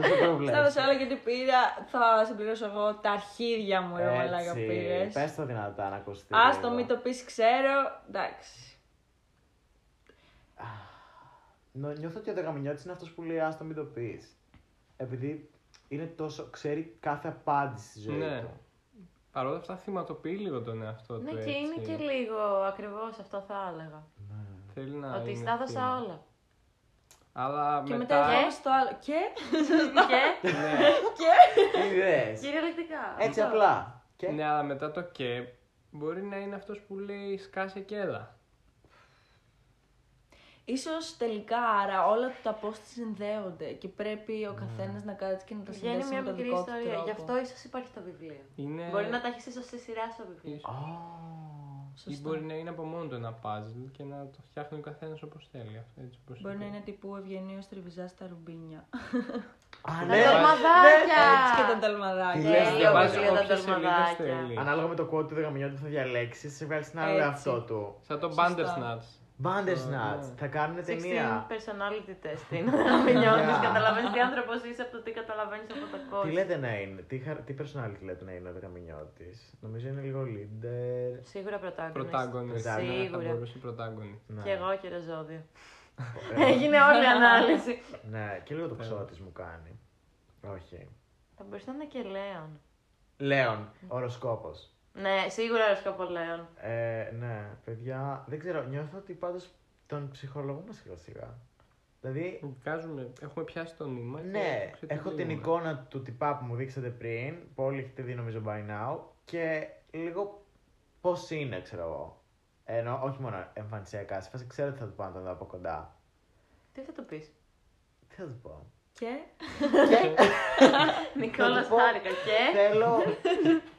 Speaker 1: θα το
Speaker 3: Στα
Speaker 1: βλέπεις.
Speaker 3: δώσα όλα και τι πήρα. Θα συμπληρώσω εγώ τα αρχίδια μου, ρε μαλάκα πήρε.
Speaker 1: Έτσι, πες το δυνατά να ακουστεί.
Speaker 3: Άστο,
Speaker 1: λίγο.
Speaker 3: μην το πεις, ξέρω. Εντάξει.
Speaker 1: Νο- Νιώθω ότι ο Δεγαμινιώτης είναι αυτός που λέει άστο μην το πεις. Επειδή είναι τόσο, ξέρει κάθε απάντηση στη ζωή
Speaker 2: Ναι.
Speaker 1: του.
Speaker 2: Παρ' όλα αυτά θυματοποιεί λίγο τον εαυτό του.
Speaker 4: Ναι, και
Speaker 2: έτσι.
Speaker 4: είναι και λίγο ακριβώς αυτό θα έλεγα.
Speaker 2: Θέλει να
Speaker 4: ότι
Speaker 2: είναι
Speaker 4: στα έδωσα
Speaker 2: θύμα.
Speaker 4: όλα.
Speaker 2: Αλλά
Speaker 3: Και μετά
Speaker 2: μετά.
Speaker 3: διάβασα το άλλο. Και.
Speaker 4: και
Speaker 2: ναι.
Speaker 3: και.
Speaker 1: Ιδέες.
Speaker 4: κυριολεκτικά. Ε,
Speaker 1: Έτσι
Speaker 3: Λοιπόν.
Speaker 4: Αυτό.
Speaker 1: απλά. Και
Speaker 2: ναι, αλλά μετά το και μπορεί να είναι αυτός που λέει σκάσε και έλα.
Speaker 3: Ίσως τελικά άρα όλα τα post συνδέονται και πρέπει
Speaker 1: Ναι.
Speaker 3: ο καθένας να κάτσει και να τα
Speaker 4: Βγαίνει
Speaker 3: συνδέσει
Speaker 4: μια
Speaker 3: με τον
Speaker 4: μικρή
Speaker 3: δικό του
Speaker 4: ιστορία.
Speaker 3: τρόπο.
Speaker 4: Γι' αυτό ίσως υπάρχει το βιβλίο.
Speaker 2: Είναι...
Speaker 4: Μπορεί να τα έχεις ίσως στη σειρά στο βιβλίο.
Speaker 2: ίσως.
Speaker 1: Α,
Speaker 2: Ή
Speaker 3: Σωστά.
Speaker 2: μπορεί να είναι από μόνο του ένα puzzle και να το φτιάχνει ο καθένας όπως θέλει. αυτό, Έτσι, όπως
Speaker 3: Μπορεί να
Speaker 2: είπε.
Speaker 3: είναι τύπου ευγενείος τριβιζάς στα ρουμπίνια.
Speaker 1: Α, ναι.
Speaker 4: Τα
Speaker 3: ναι, Έτσι και τα
Speaker 4: τολμαδάκια!
Speaker 1: Τι
Speaker 3: ταλμαδάκια.
Speaker 1: λες,
Speaker 4: Τέλειο
Speaker 1: διαβάζω
Speaker 4: βιβλίο τα
Speaker 2: όποιες σελίδες
Speaker 4: τολμαδάκια.
Speaker 2: θέλει.
Speaker 1: Ανάλογα με το quote του Δεγαμινιώτη που θα διαλέξεις, σε βγάλεις ένα άλλο
Speaker 3: Έτσι.
Speaker 1: εαυτό του.
Speaker 2: Σαν το
Speaker 3: Σωστά.
Speaker 2: Bandersnatch.
Speaker 1: Bandersnatch,
Speaker 2: Ναι.
Speaker 1: θα κάνουν
Speaker 4: 16
Speaker 1: ταινία.
Speaker 4: personality test είναι να μην νιώθεις,
Speaker 1: Yeah.
Speaker 4: καταλαβαίνεις τι άνθρωπος είσαι από το τι καταλαβαίνεις από το κόσμο.
Speaker 1: Τι λέτε να είναι, τι, χαρ- τι personality λέτε να είναι ο Δεγαμινιώτης. Νομίζω είναι λίγο leader.
Speaker 4: Σίγουρα πρωτάγωνες.
Speaker 2: Πρωτάγωνες.
Speaker 1: Πρωτάγωνες.
Speaker 2: Θα
Speaker 4: Σίγουρα.
Speaker 2: μπορούσε πρωτάγωνη.
Speaker 1: Ναι.
Speaker 4: Κι εγώ και ρεζόδιο.
Speaker 1: Ε,
Speaker 4: Έγινε όλη η ανάλυση.
Speaker 1: Ναι, και λίγο το ξώτη μου κάνει. Όχι.
Speaker 4: Θα μπορούσε να είναι και Λέων.
Speaker 1: Λέων, οροσκόπος.
Speaker 4: Ναι, σίγουρα αεροσκόπο Λέων.
Speaker 1: Ε, ναι, παιδιά, δεν ξέρω, νιώθω ότι πάντως τον ψυχολογούμε σιγά σιγά. Δηλαδή,
Speaker 2: Βγάζουμε, έχουμε πιάσει το νήμα. και
Speaker 1: ναι, έχω
Speaker 2: το
Speaker 1: την
Speaker 2: ξετυλίγουμε.
Speaker 1: εικόνα του τυπά που μου δείξατε πριν, που όλοι έχετε δει νομίζω by now, και λίγο πώς είναι, ξέρω εγώ. Ενώ, όχι μόνο εμφανισιακά, σε φάση ξέρω τι θα του πω να τον δω από κοντά.
Speaker 4: Τι θα του πεις.
Speaker 1: Τι θα του πω.
Speaker 3: Και.
Speaker 4: Νικόλα
Speaker 1: πω.
Speaker 4: Στάρικα και.
Speaker 1: θέλω,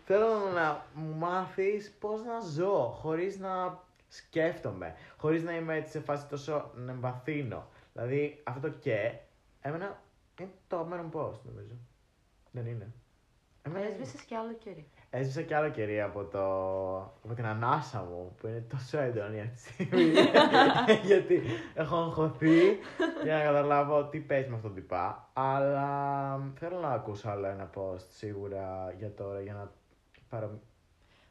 Speaker 1: θέλω να μου μάθεις πώς να ζω χωρίς να σκέφτομαι, χωρίς να είμαι έτσι σε φάση τόσο να εμβαθύνω. Δηλαδή αυτό το και, εμένα είναι το μέρο μου post νομίζω. Δεν είναι. Εμένα είναι.
Speaker 4: Έσβησες κι άλλο κερί.
Speaker 1: Έσβησα και άλλο κερί από, το... από την ανάσα μου που είναι τόσο έντονη αυτή τη στιγμή. Γιατί έχω αγχωθεί για να καταλάβω τι παίζει με αυτόν τον τυπά. Αλλά μ, θέλω να ακούσω άλλο ένα post σίγουρα για τώρα για να πάρω.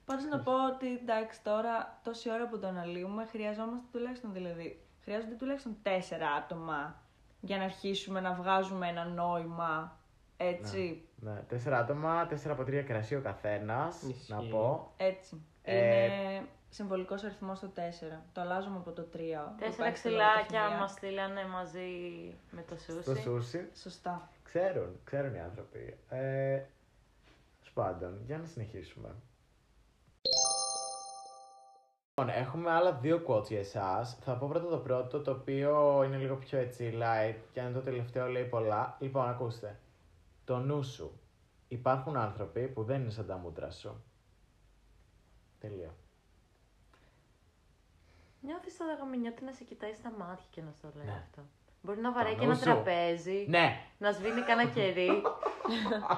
Speaker 3: Πάντως να πω ότι εντάξει τώρα τόση ώρα που το αναλύουμε χρειαζόμαστε τουλάχιστον δηλαδή. Χρειάζονται τουλάχιστον τέσσερα άτομα για να αρχίσουμε να βγάζουμε ένα νόημα. Έτσι.
Speaker 1: Ναι, τέσσερα άτομα, τέσσερα από τρία κρασί ο καθένας.
Speaker 2: Ισχύει.
Speaker 1: Να πω.
Speaker 3: Έτσι.
Speaker 1: Ε,
Speaker 3: Είναι συμβολικός αριθμός το 4. Το αλλάζουμε από το 3.
Speaker 4: Τέσσερα ξυλάκια μας στείλανε μαζί με το
Speaker 1: Στο
Speaker 4: σούσι.
Speaker 1: σούσι.
Speaker 3: Σωστά.
Speaker 1: Ξέρουν, ξέρουν οι άνθρωποι. Ε, σπάντων, για να συνεχίσουμε. Λοιπόν, έχουμε άλλα δύο quotes για εσάς. Θα πω πρώτα το πρώτο, το οποίο είναι λίγο πιο έτσι light, και αν είναι το τελευταίο λέει πολλά. Λοιπόν, ακούστε. Το νου σου. Υπάρχουν άνθρωποι που δεν είναι σαν τα μούτρα σου. Τελείω.
Speaker 4: Νιώθει το δαγαμινιώτη να σε κοιτάει στα μάτια και να στο λέει
Speaker 1: Ναι.
Speaker 4: αυτό. Μπορεί να βαράει
Speaker 1: Το
Speaker 4: και ένα
Speaker 1: νου σου.
Speaker 4: τραπέζι,
Speaker 1: Ναι!
Speaker 4: να σβήνει κανένα κερί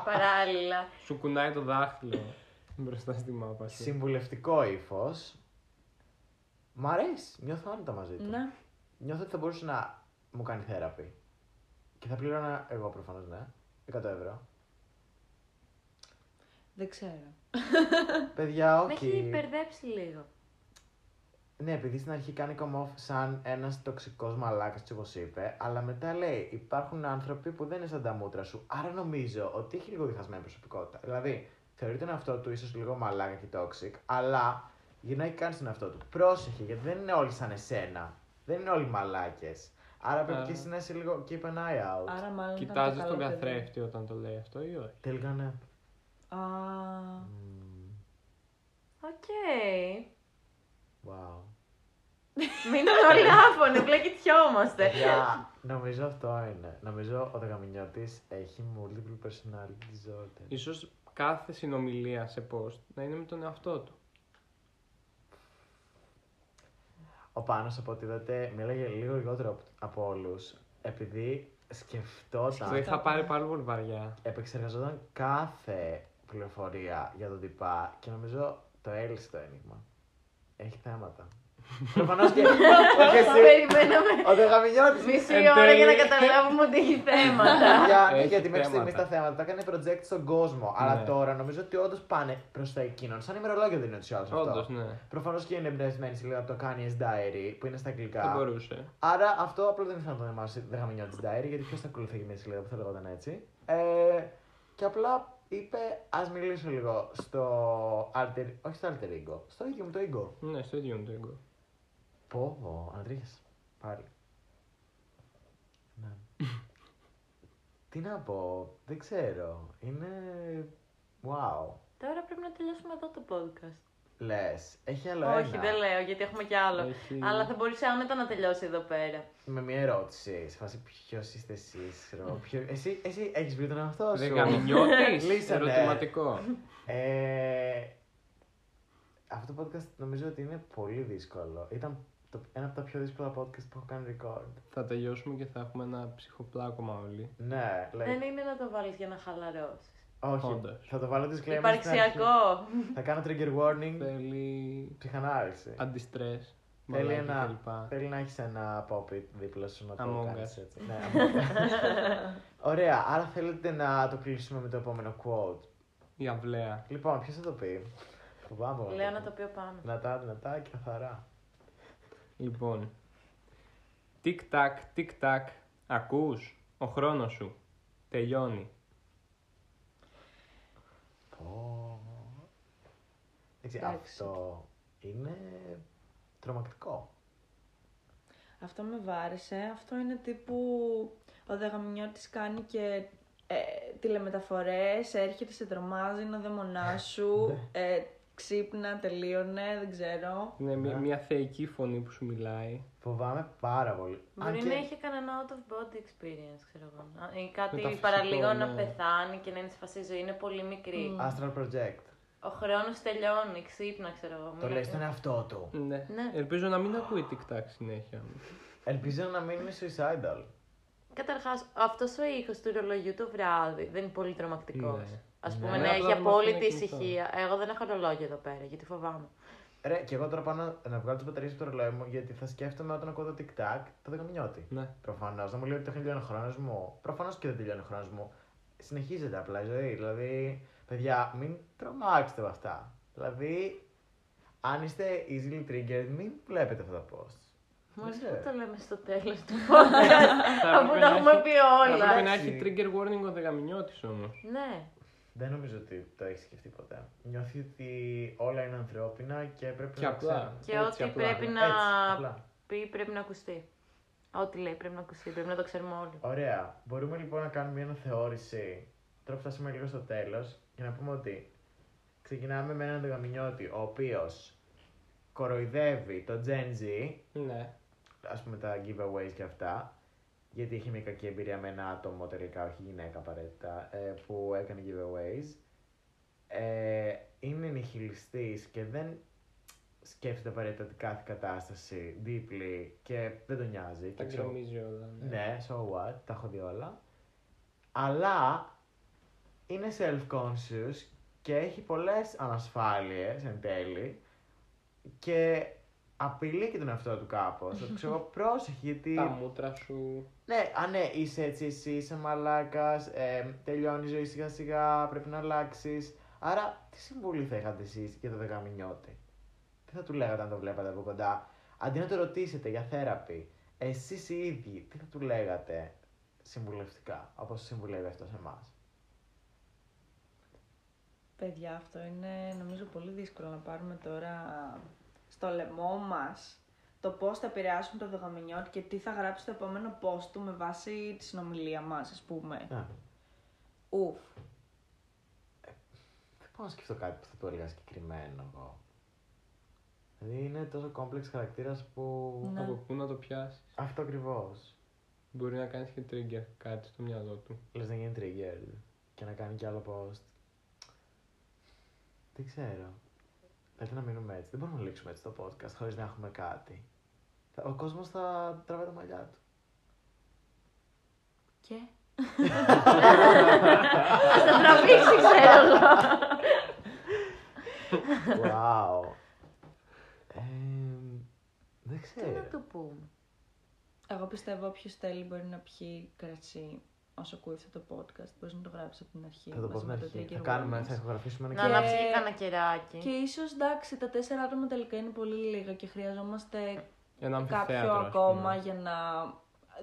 Speaker 4: παράλληλα.
Speaker 2: Σου κουνάει το δάχτυλο μπροστά στη μάπα σου.
Speaker 1: Συμβουλευτικό ύφος. Μ' αρέσει. Νιώθω άνετα μαζί του.
Speaker 3: Ναι.
Speaker 1: Νιώθω ότι θα μπορούσε να μου κάνει θέραπη. Και θα πλήρωνα εγώ προφανώς, ναι. 100 ευρώ.
Speaker 3: Δεν ξέρω.
Speaker 1: Παιδιά,
Speaker 4: Με
Speaker 1: όχι.
Speaker 4: έχει υπερδέψει λίγο.
Speaker 1: Ναι, επειδή στην αρχή κάνει come off σαν ένας τοξικός μαλάκας, έτσι όπως είπε, αλλά μετά λέει: Υπάρχουν άνθρωποι που δεν είναι σαν τα μούτρα σου. Άρα νομίζω ότι έχει λίγο διχασμένη προσωπικότητα. Δηλαδή, θεωρεί τον εαυτό του ίσως λίγο μαλάκα και toxic, αλλά γυρνάει και κάνει τον εαυτό του. Πρόσεχε, γιατί δεν είναι όλοι σαν εσένα. Δεν είναι όλοι μαλάκες. Άρα πρέπει
Speaker 2: Α.
Speaker 1: και εσύ να είσαι λίγο keep an eye out.
Speaker 3: Άρα μάλλον. ήταν το
Speaker 2: Κοιτάζει
Speaker 3: καλό
Speaker 2: τον
Speaker 3: παιδί.
Speaker 2: καθρέφτη όταν το λέει αυτό ή όχι.
Speaker 1: Τελικά ναι.
Speaker 3: Α,
Speaker 1: Μμμ,
Speaker 4: Οκ.
Speaker 1: Wow.
Speaker 4: Μείνουμε όλοι άφωνοι, απλά κοιτιόμαστε.
Speaker 1: Παιδιά, νομίζω αυτό είναι. Νομίζω ο Δεγαμινιώτη έχει multiple personality disorder.
Speaker 2: Ίσως κάθε συνομιλία σε post να είναι με τον εαυτό του.
Speaker 1: Ο Πάνος από ό,τι είδατε μίλαγε λίγο λιγότερο από, από όλους. επειδή
Speaker 2: Το
Speaker 1: σκεφτόταν,
Speaker 3: Σκεφτόταν.
Speaker 2: είχα Δηλαδή πάρει πάρα πολύ βαριά.
Speaker 1: επεξεργαζόταν κάθε πληροφορία για τον τυπά και νομίζω το έλυσε το ένιγμα. Έχει θέματα. Προφανώς και. όχι εσύ,
Speaker 4: Περιμέναμε
Speaker 1: Ο Δεγαμινιώτης
Speaker 4: μισή
Speaker 2: Εν
Speaker 4: ώρα για να
Speaker 2: τέλει.
Speaker 4: καταλάβουμε ότι έχει θέματα.
Speaker 1: Για,
Speaker 2: Έχει
Speaker 1: γιατί μέχρι
Speaker 2: θέματα.
Speaker 1: στιγμής τα θέματα τα έκανε project στον κόσμο.
Speaker 2: Ναι.
Speaker 1: Αλλά τώρα νομίζω ότι όντως πάνε προς τα εκείνον. Σαν ημερολόγιο δεν είναι ούτω ή άλλως
Speaker 2: Όντω,
Speaker 1: αυτό.
Speaker 2: ναι.
Speaker 1: Προφανώς και είναι εμπνευσμένη σε λίγο από το Kanye's Diary που είναι στα
Speaker 2: Θα
Speaker 1: αγγλικά.
Speaker 2: μπορούσε.
Speaker 1: Άρα αυτό απλό δεν ήθελα να το ονομάσει Δεγαμινιώτης Diary γιατί ποιος θα ακολουθεί μια σελίδα που θα λεγόταν έτσι. Ε, και απλά είπε ας μιλήσω λίγο στο alter, όχι στο alter ego, στο ίδιο μου το ego.
Speaker 2: Ναι, στο ίδιο μου το εγώ.
Speaker 1: Πω, πω, ανατρίχιας. Πάλι. Ναι. Τι να πω, δεν ξέρω. Είναι... Wow.
Speaker 4: Τώρα πρέπει να τελειώσουμε εδώ το podcast.
Speaker 1: Λες, έχει άλλο
Speaker 4: Όχι,
Speaker 1: ένα.
Speaker 4: δεν λέω γιατί έχουμε κι άλλο.
Speaker 2: Έχει-
Speaker 4: Αλλά θα μπορούσε άνετα να τελειώσει εδώ πέρα.
Speaker 1: Με μια ερώτηση, σε φάση ποιος είστε εσείς, ξέρω.
Speaker 4: Ναι.
Speaker 1: εγώ, ποιο- Εσύ, εσύ έχεις βρει τον εαυτό σου.
Speaker 2: Δεγαμινιώτης,
Speaker 1: Λύσανε.
Speaker 2: ερωτηματικό.
Speaker 1: Ε, αυτό το podcast νομίζω ότι είναι πολύ δύσκολο. Ήταν το, ένα από τα πιο δύσκολα podcast που έχω κάνει record.
Speaker 2: Θα τελειώσουμε και θα έχουμε ένα ψυχοπλάκωμα όλοι.
Speaker 1: Ναι, like,
Speaker 4: Δεν είναι να το βάλεις για να χαλαρώσεις.
Speaker 1: όχι,
Speaker 2: Όντως.
Speaker 1: θα το βάλω disclaimer στην αρχή.
Speaker 4: Υπαρξιακό.
Speaker 1: Θα κάνω trigger warning,
Speaker 2: Θέλει
Speaker 1: ψυχανάλυση.
Speaker 2: αντιστρες,
Speaker 1: Θέλει
Speaker 2: μαλάκια
Speaker 1: ένα,
Speaker 2: κλπ.
Speaker 1: θέλει να έχεις ένα pop-it δίπλα σου να το
Speaker 2: Among
Speaker 1: κάνεις
Speaker 2: Us.
Speaker 1: έτσι. ναι, Among Us. Ωραία, άρα θέλετε να το κλείσουμε με το επόμενο quote.
Speaker 2: Η αυλαία.
Speaker 1: Λοιπόν, ποιος θα το πει. Φοβάμαι. εγώ
Speaker 4: Λέω να το πει πάνω.
Speaker 1: Νατά, νατά, καθαρά.
Speaker 2: Λοιπόν. Τικ τακ, τικ τακ. Ακούς. Ο χρόνος σου. Τελειώνει.
Speaker 1: Πω. Έτσι,
Speaker 3: Εντάξει.
Speaker 1: αυτό είναι τρομακτικό.
Speaker 3: Αυτό με βάρεσε. Αυτό είναι τύπου ο Δεγαμινιώτης κάνει και ε, τηλεμεταφορές, έρχεται, σε τρομάζει, είναι ο δαιμονάς σου,
Speaker 2: Ναι.
Speaker 3: ε, ξύπνα, τελείωνε, δεν ξέρω.
Speaker 2: Είναι μια,
Speaker 1: Ναι.
Speaker 2: μια θεϊκή φωνή που σου μιλάει.
Speaker 1: Φοβάμαι πάρα πολύ. Αν
Speaker 4: Μπορεί
Speaker 1: και-
Speaker 4: να είχε κανένα out of body experience, ξέρω εγώ. Α, Ή κάτι
Speaker 2: Μεταφυσικό,
Speaker 4: παραλίγο
Speaker 2: ναι.
Speaker 4: να πεθάνει και να είναι σε φάση η ζωή είναι πολύ μικρή.
Speaker 1: Astral Project.
Speaker 4: Ο χρόνος τελειώνει, ξύπνα, ξέρω εγώ.
Speaker 1: Το
Speaker 4: Μιλάει-
Speaker 1: λέει στον εαυτό του.
Speaker 2: Ναι.
Speaker 4: Ναι.
Speaker 2: Ελπίζω να μην ακούει τικ τακ συνέχεια.
Speaker 1: Ελπίζω να μην είναι suicidal.
Speaker 4: Καταρχάς, αυτός ο ήχος του ρολογιού το βράδυ δεν είναι πολύ τρομακτικός.
Speaker 2: Ναι.
Speaker 4: Ας πούμε,
Speaker 2: Ναι,
Speaker 4: να
Speaker 2: απλά
Speaker 4: έχει
Speaker 2: δεν μου
Speaker 4: απόλυτη
Speaker 2: αφήνει κινητό.
Speaker 4: ησυχία. Εγώ δεν έχω ρολόγιο εδώ πέρα, γιατί φοβάμαι.
Speaker 1: Ρε, και εγώ τώρα πάω να- να βγάλω τις μπαταρίες από το ρολόι μου γιατί θα σκέφτομαι όταν ακούω το tic-tac το δεκαμινιώτη.
Speaker 2: ναι.
Speaker 1: Προφανώς. Να μου λέει ότι το τελειώνει ο χρόνος μου. Προφανώς και δεν τελειώνει ο χρόνος μου. Συνεχίζεται απλά η ζωή. Δηλαδή, παιδιά, μην τρομάξετε με αυτά. Δηλαδή, αν είστε easily triggered, μην βλέπετε αυτά τα post.
Speaker 4: Μου
Speaker 1: Δεν
Speaker 4: αρέσει
Speaker 1: ξέρω.
Speaker 4: που το λέμε στο τέλος του podcast, αφού
Speaker 2: έπρεπε
Speaker 4: τα
Speaker 2: να
Speaker 4: έχουμε
Speaker 2: έχει-
Speaker 4: πει
Speaker 2: Θα πρέπει
Speaker 4: όλα.
Speaker 2: να έχει trigger warning ο δεγαμινιώτης όμως.
Speaker 4: Ναι.
Speaker 1: Δεν νομίζω ότι το έχεις σκεφτεί ποτέ. Νιώθει ότι όλα είναι ανθρώπινα και πρέπει
Speaker 2: Και
Speaker 1: να
Speaker 2: απλά.
Speaker 1: ξέρουμε.
Speaker 4: Και
Speaker 2: Έτσι,
Speaker 4: ό,τι
Speaker 2: απλά.
Speaker 4: πρέπει
Speaker 1: Έτσι,
Speaker 4: να
Speaker 1: απλά.
Speaker 4: πει πρέπει να ακουστεί. Ό,τι λέει πρέπει να ακουστεί, πρέπει να το ξέρουμε όλοι.
Speaker 1: Ωραία. Μπορούμε λοιπόν να κάνουμε μια αναθεώρηση. Τώρα που φτάσαμε λίγο στο τέλος για να πούμε ότι ξεκινάμε με έναν δεγαμινιώτη ο οποίος κοροϊδεύει το Gen Z,
Speaker 2: Ναι.
Speaker 1: ας πούμε τα giveaways και αυτά, γιατί είχε μια κακή εμπειρία με ένα άτομο τελικά, όχι γυναίκα απαραίτητα, ε, που έκανε giveaways. Ε, είναι νιχιλιστής και δεν σκέφτεται απαραίτητα την κάθε κατάσταση deeply και δεν τον νοιάζει.
Speaker 2: Τα
Speaker 1: Και ξέρω-
Speaker 2: γκρεμίζει όλα. Ναι.
Speaker 1: ναι, so what, τα έχω δει όλα. Αλλά είναι self-conscious και έχει πολλές ανασφάλειες εν τέλει και απειλεί και τον εαυτό του κάπως. Ότι Ξέρω, εγώ, πρόσεχε γιατί...
Speaker 2: Τα μούτρα σου.
Speaker 1: ναι, α, ναι, είσαι έτσι, εσύ είσαι μαλάκας, ε, τελειώνει η ζωή σιγά σιγά, πρέπει να αλλάξεις. Άρα, τι συμβουλή θα είχατε εσείς για το δεκαμινιώτη. Τι θα του λέγατε αν το βλέπατε από κοντά. Αντί να το ρωτήσετε για θέραπη, εσείς οι ίδιοι τι θα του λέγατε συμβουλευτικά, όπως συμβουλεύει αυτός σε εμάς.
Speaker 3: Παιδιά, αυτό είναι νομίζω πολύ δύσκολο να πάρουμε τώρα στο λαιμό μας το πώς θα επηρεάσουν το Δεγαμινιώτη και τι θα γράψει το επόμενο post του με βάση τη συνομιλία μας, ας πούμε.
Speaker 1: Ναι.
Speaker 3: Ουφ.
Speaker 1: Δεν μπορώ να σκεφτώ κάτι που θα του έλεγα συγκεκριμένο εγώ. Δηλαδή είναι τόσο κόμπλεξ χαρακτήρας που.
Speaker 3: Ναι.
Speaker 2: Από πού να το πιάσεις.
Speaker 1: Αυτό ακριβώς.
Speaker 2: Μπορεί να κάνεις και trigger κάτι στο μυαλό του.
Speaker 1: Λες να γίνει trigger και να κάνει κι άλλο post. Δεν ξέρω. Πρέπει να μείνουμε έτσι. Δεν μπορούμε να λήξουμε έτσι το podcast χωρίς να έχουμε κάτι. Θα- Ο κόσμος θα τραβάει τα μαλλιά του.
Speaker 3: Και.
Speaker 4: Ας τα τραβήξει, ξέρω εγώ.
Speaker 1: wow. Ε, δεν
Speaker 4: Τι να
Speaker 1: ξέρω.
Speaker 4: του πούμε.
Speaker 3: Εγώ πιστεύω όποιος θέλει μπορεί να πιει κρασί όσο ακούει αυτό το podcast. Μπορείς να το γράψεις από την αρχή.
Speaker 1: Θα το πω
Speaker 3: μαζί
Speaker 1: στην
Speaker 3: με το
Speaker 1: αρχή. Θα
Speaker 3: trigger
Speaker 1: κάνουμε,
Speaker 3: warnings.
Speaker 1: θα ηχογραφήσουμε ένα
Speaker 4: Να
Speaker 1: και...
Speaker 4: ανάψει και κανένα κεράκι.
Speaker 3: Και ίσως εντάξει, τα τέσσερα άτομα τελικά είναι πολύ λίγα και
Speaker 1: Ε,
Speaker 3: χρειαζόμαστε
Speaker 2: Ένα
Speaker 3: κάποιο
Speaker 2: αμφιθέατρο. ας
Speaker 3: ακόμα
Speaker 2: πούμε.
Speaker 3: για να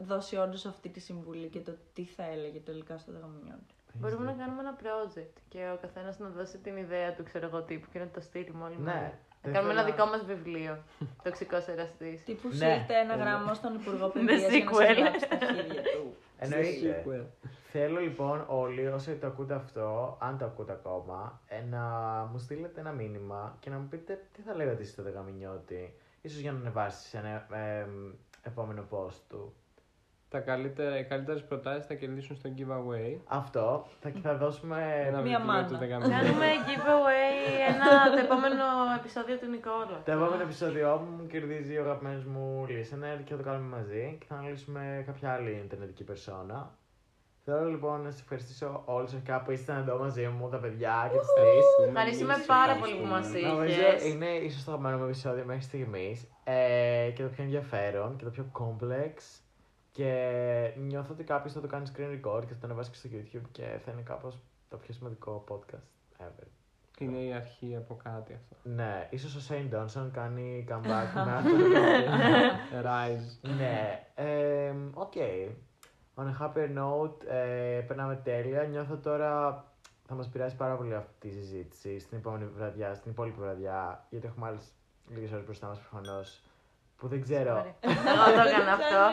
Speaker 3: δώσει όντως αυτή τη συμβουλή και το τι θα έλεγε τελικά στο δεγαμιό του.
Speaker 4: Μπορούμε να κάνουμε ένα project και ο καθένας να δώσει την ιδέα του, ξέρω εγώ, τύπου και να το στείλουμε όλοι μαζί.
Speaker 1: Ναι.
Speaker 4: Να
Speaker 1: δεν
Speaker 4: κάνουμε ένα
Speaker 1: θέλω-
Speaker 4: δικό μας βιβλίο. Τοξικός εραστής.
Speaker 3: Τύπου
Speaker 1: Ναι.
Speaker 3: στείλτε ένα
Speaker 1: Ε,
Speaker 3: γράμμα στον Υπουργό
Speaker 4: The
Speaker 3: Παιδείας για να σας
Speaker 4: sequel.
Speaker 3: γράψει τα χέρια του.
Speaker 1: Εννοείται.
Speaker 2: Sequel.
Speaker 1: Θέλω λοιπόν όλοι όσοι το ακούτε αυτό, αν το ακούτε ακόμα, ε, να μου στείλετε ένα μήνυμα και να μου πείτε τι θα λέγατε εσείς στο Δεγαμινιώτη. Ίσως για να ανεβάσεις σε ένα ε, ε, επόμενο post του.
Speaker 2: Τα καλύτερα, οι καλύτερες προτάσεις θα κερδίσουν στο giveaway.
Speaker 1: Αυτό θα, θα δώσουμε
Speaker 2: Ένα
Speaker 3: Μία
Speaker 2: βιβλίο
Speaker 3: μάνα.
Speaker 2: του
Speaker 4: Κάνουμε
Speaker 2: 15.
Speaker 4: giveaway ένα, το επόμενο επεισόδιο του Νικόλα.
Speaker 1: Το επόμενο επεισόδιο μου κερδίζει ο αγαπημένος μου listener και θα το κάνουμε μαζί και θα αναλύσουμε κάποια άλλη Ιντερνετική περσόνα. Θέλω λοιπόν να σας ευχαριστήσω όλους αρχικά που ήσασταν εδώ μαζί μου, τα παιδιά και τις τρει.
Speaker 2: ναι,
Speaker 4: Ευχαριστούμε πάρα πολύ που μας
Speaker 2: μας
Speaker 4: είχες.
Speaker 1: Νομίζω είναι ίσως το αγαπημένο μου επεισόδιο μέχρι στιγμής ε, και το πιο ενδιαφέρον και το πιο complex. Και νιώθω ότι κάποιος θα το κάνει screen record και θα το ανεβάσει και στο YouTube και θα είναι κάπως το πιο σημαντικό podcast ever.
Speaker 2: Είναι η αρχή από κάτι αυτό.
Speaker 1: Ναι, ίσως ο Σέιν Ντόνσον κάνει comeback με αυτό το podcast.
Speaker 2: Rise.
Speaker 1: Ναι. ε, Οκ. On a happier note, ε, περνάμε τέλεια. Νιώθω τώρα θα μας πειράσει πάρα πολύ αυτή η συζήτηση στην επόμενη βραδιά, στην υπόλοιπη βραδιά, γιατί έχουμε άλλες λίγες ώρες μπροστά μας προφανώς, που δεν ξέρω.
Speaker 4: Ωραία. Εγώ το έκανα αυτό.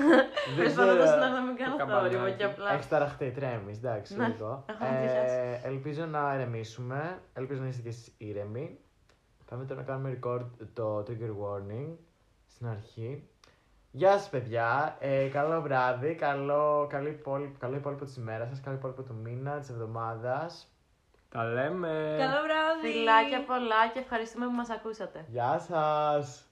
Speaker 1: δεν
Speaker 4: Προσπαθώντα
Speaker 1: ξέρω.
Speaker 4: να μην
Speaker 2: Το
Speaker 4: κάνω
Speaker 2: καμπανάκι.
Speaker 4: θόρυβο και απλά.
Speaker 1: Έχεις ταραχτεί, τρέμεις, εντάξει,
Speaker 4: Ναι,
Speaker 1: λίγο.
Speaker 4: έχω αντιδράσει.
Speaker 1: ελπίζω να ηρεμήσουμε, ελπίζω να είστε και εσείς ήρεμοι. Πάμε τώρα να κάνουμε record το trigger warning στην αρχή. Γεια σας παιδιά, ε, καλό βράδυ, καλό, καλή υπόλοι- καλό υπόλοιπο της ημέρας σας, καλό υπόλοιπο του μήνα, της εβδομάδας.
Speaker 2: Τα λέμε.
Speaker 3: Καλό βράδυ!
Speaker 4: Φιλάκια πολλά και ευχαριστούμε που μας ακούσατε.
Speaker 1: Γεια σας!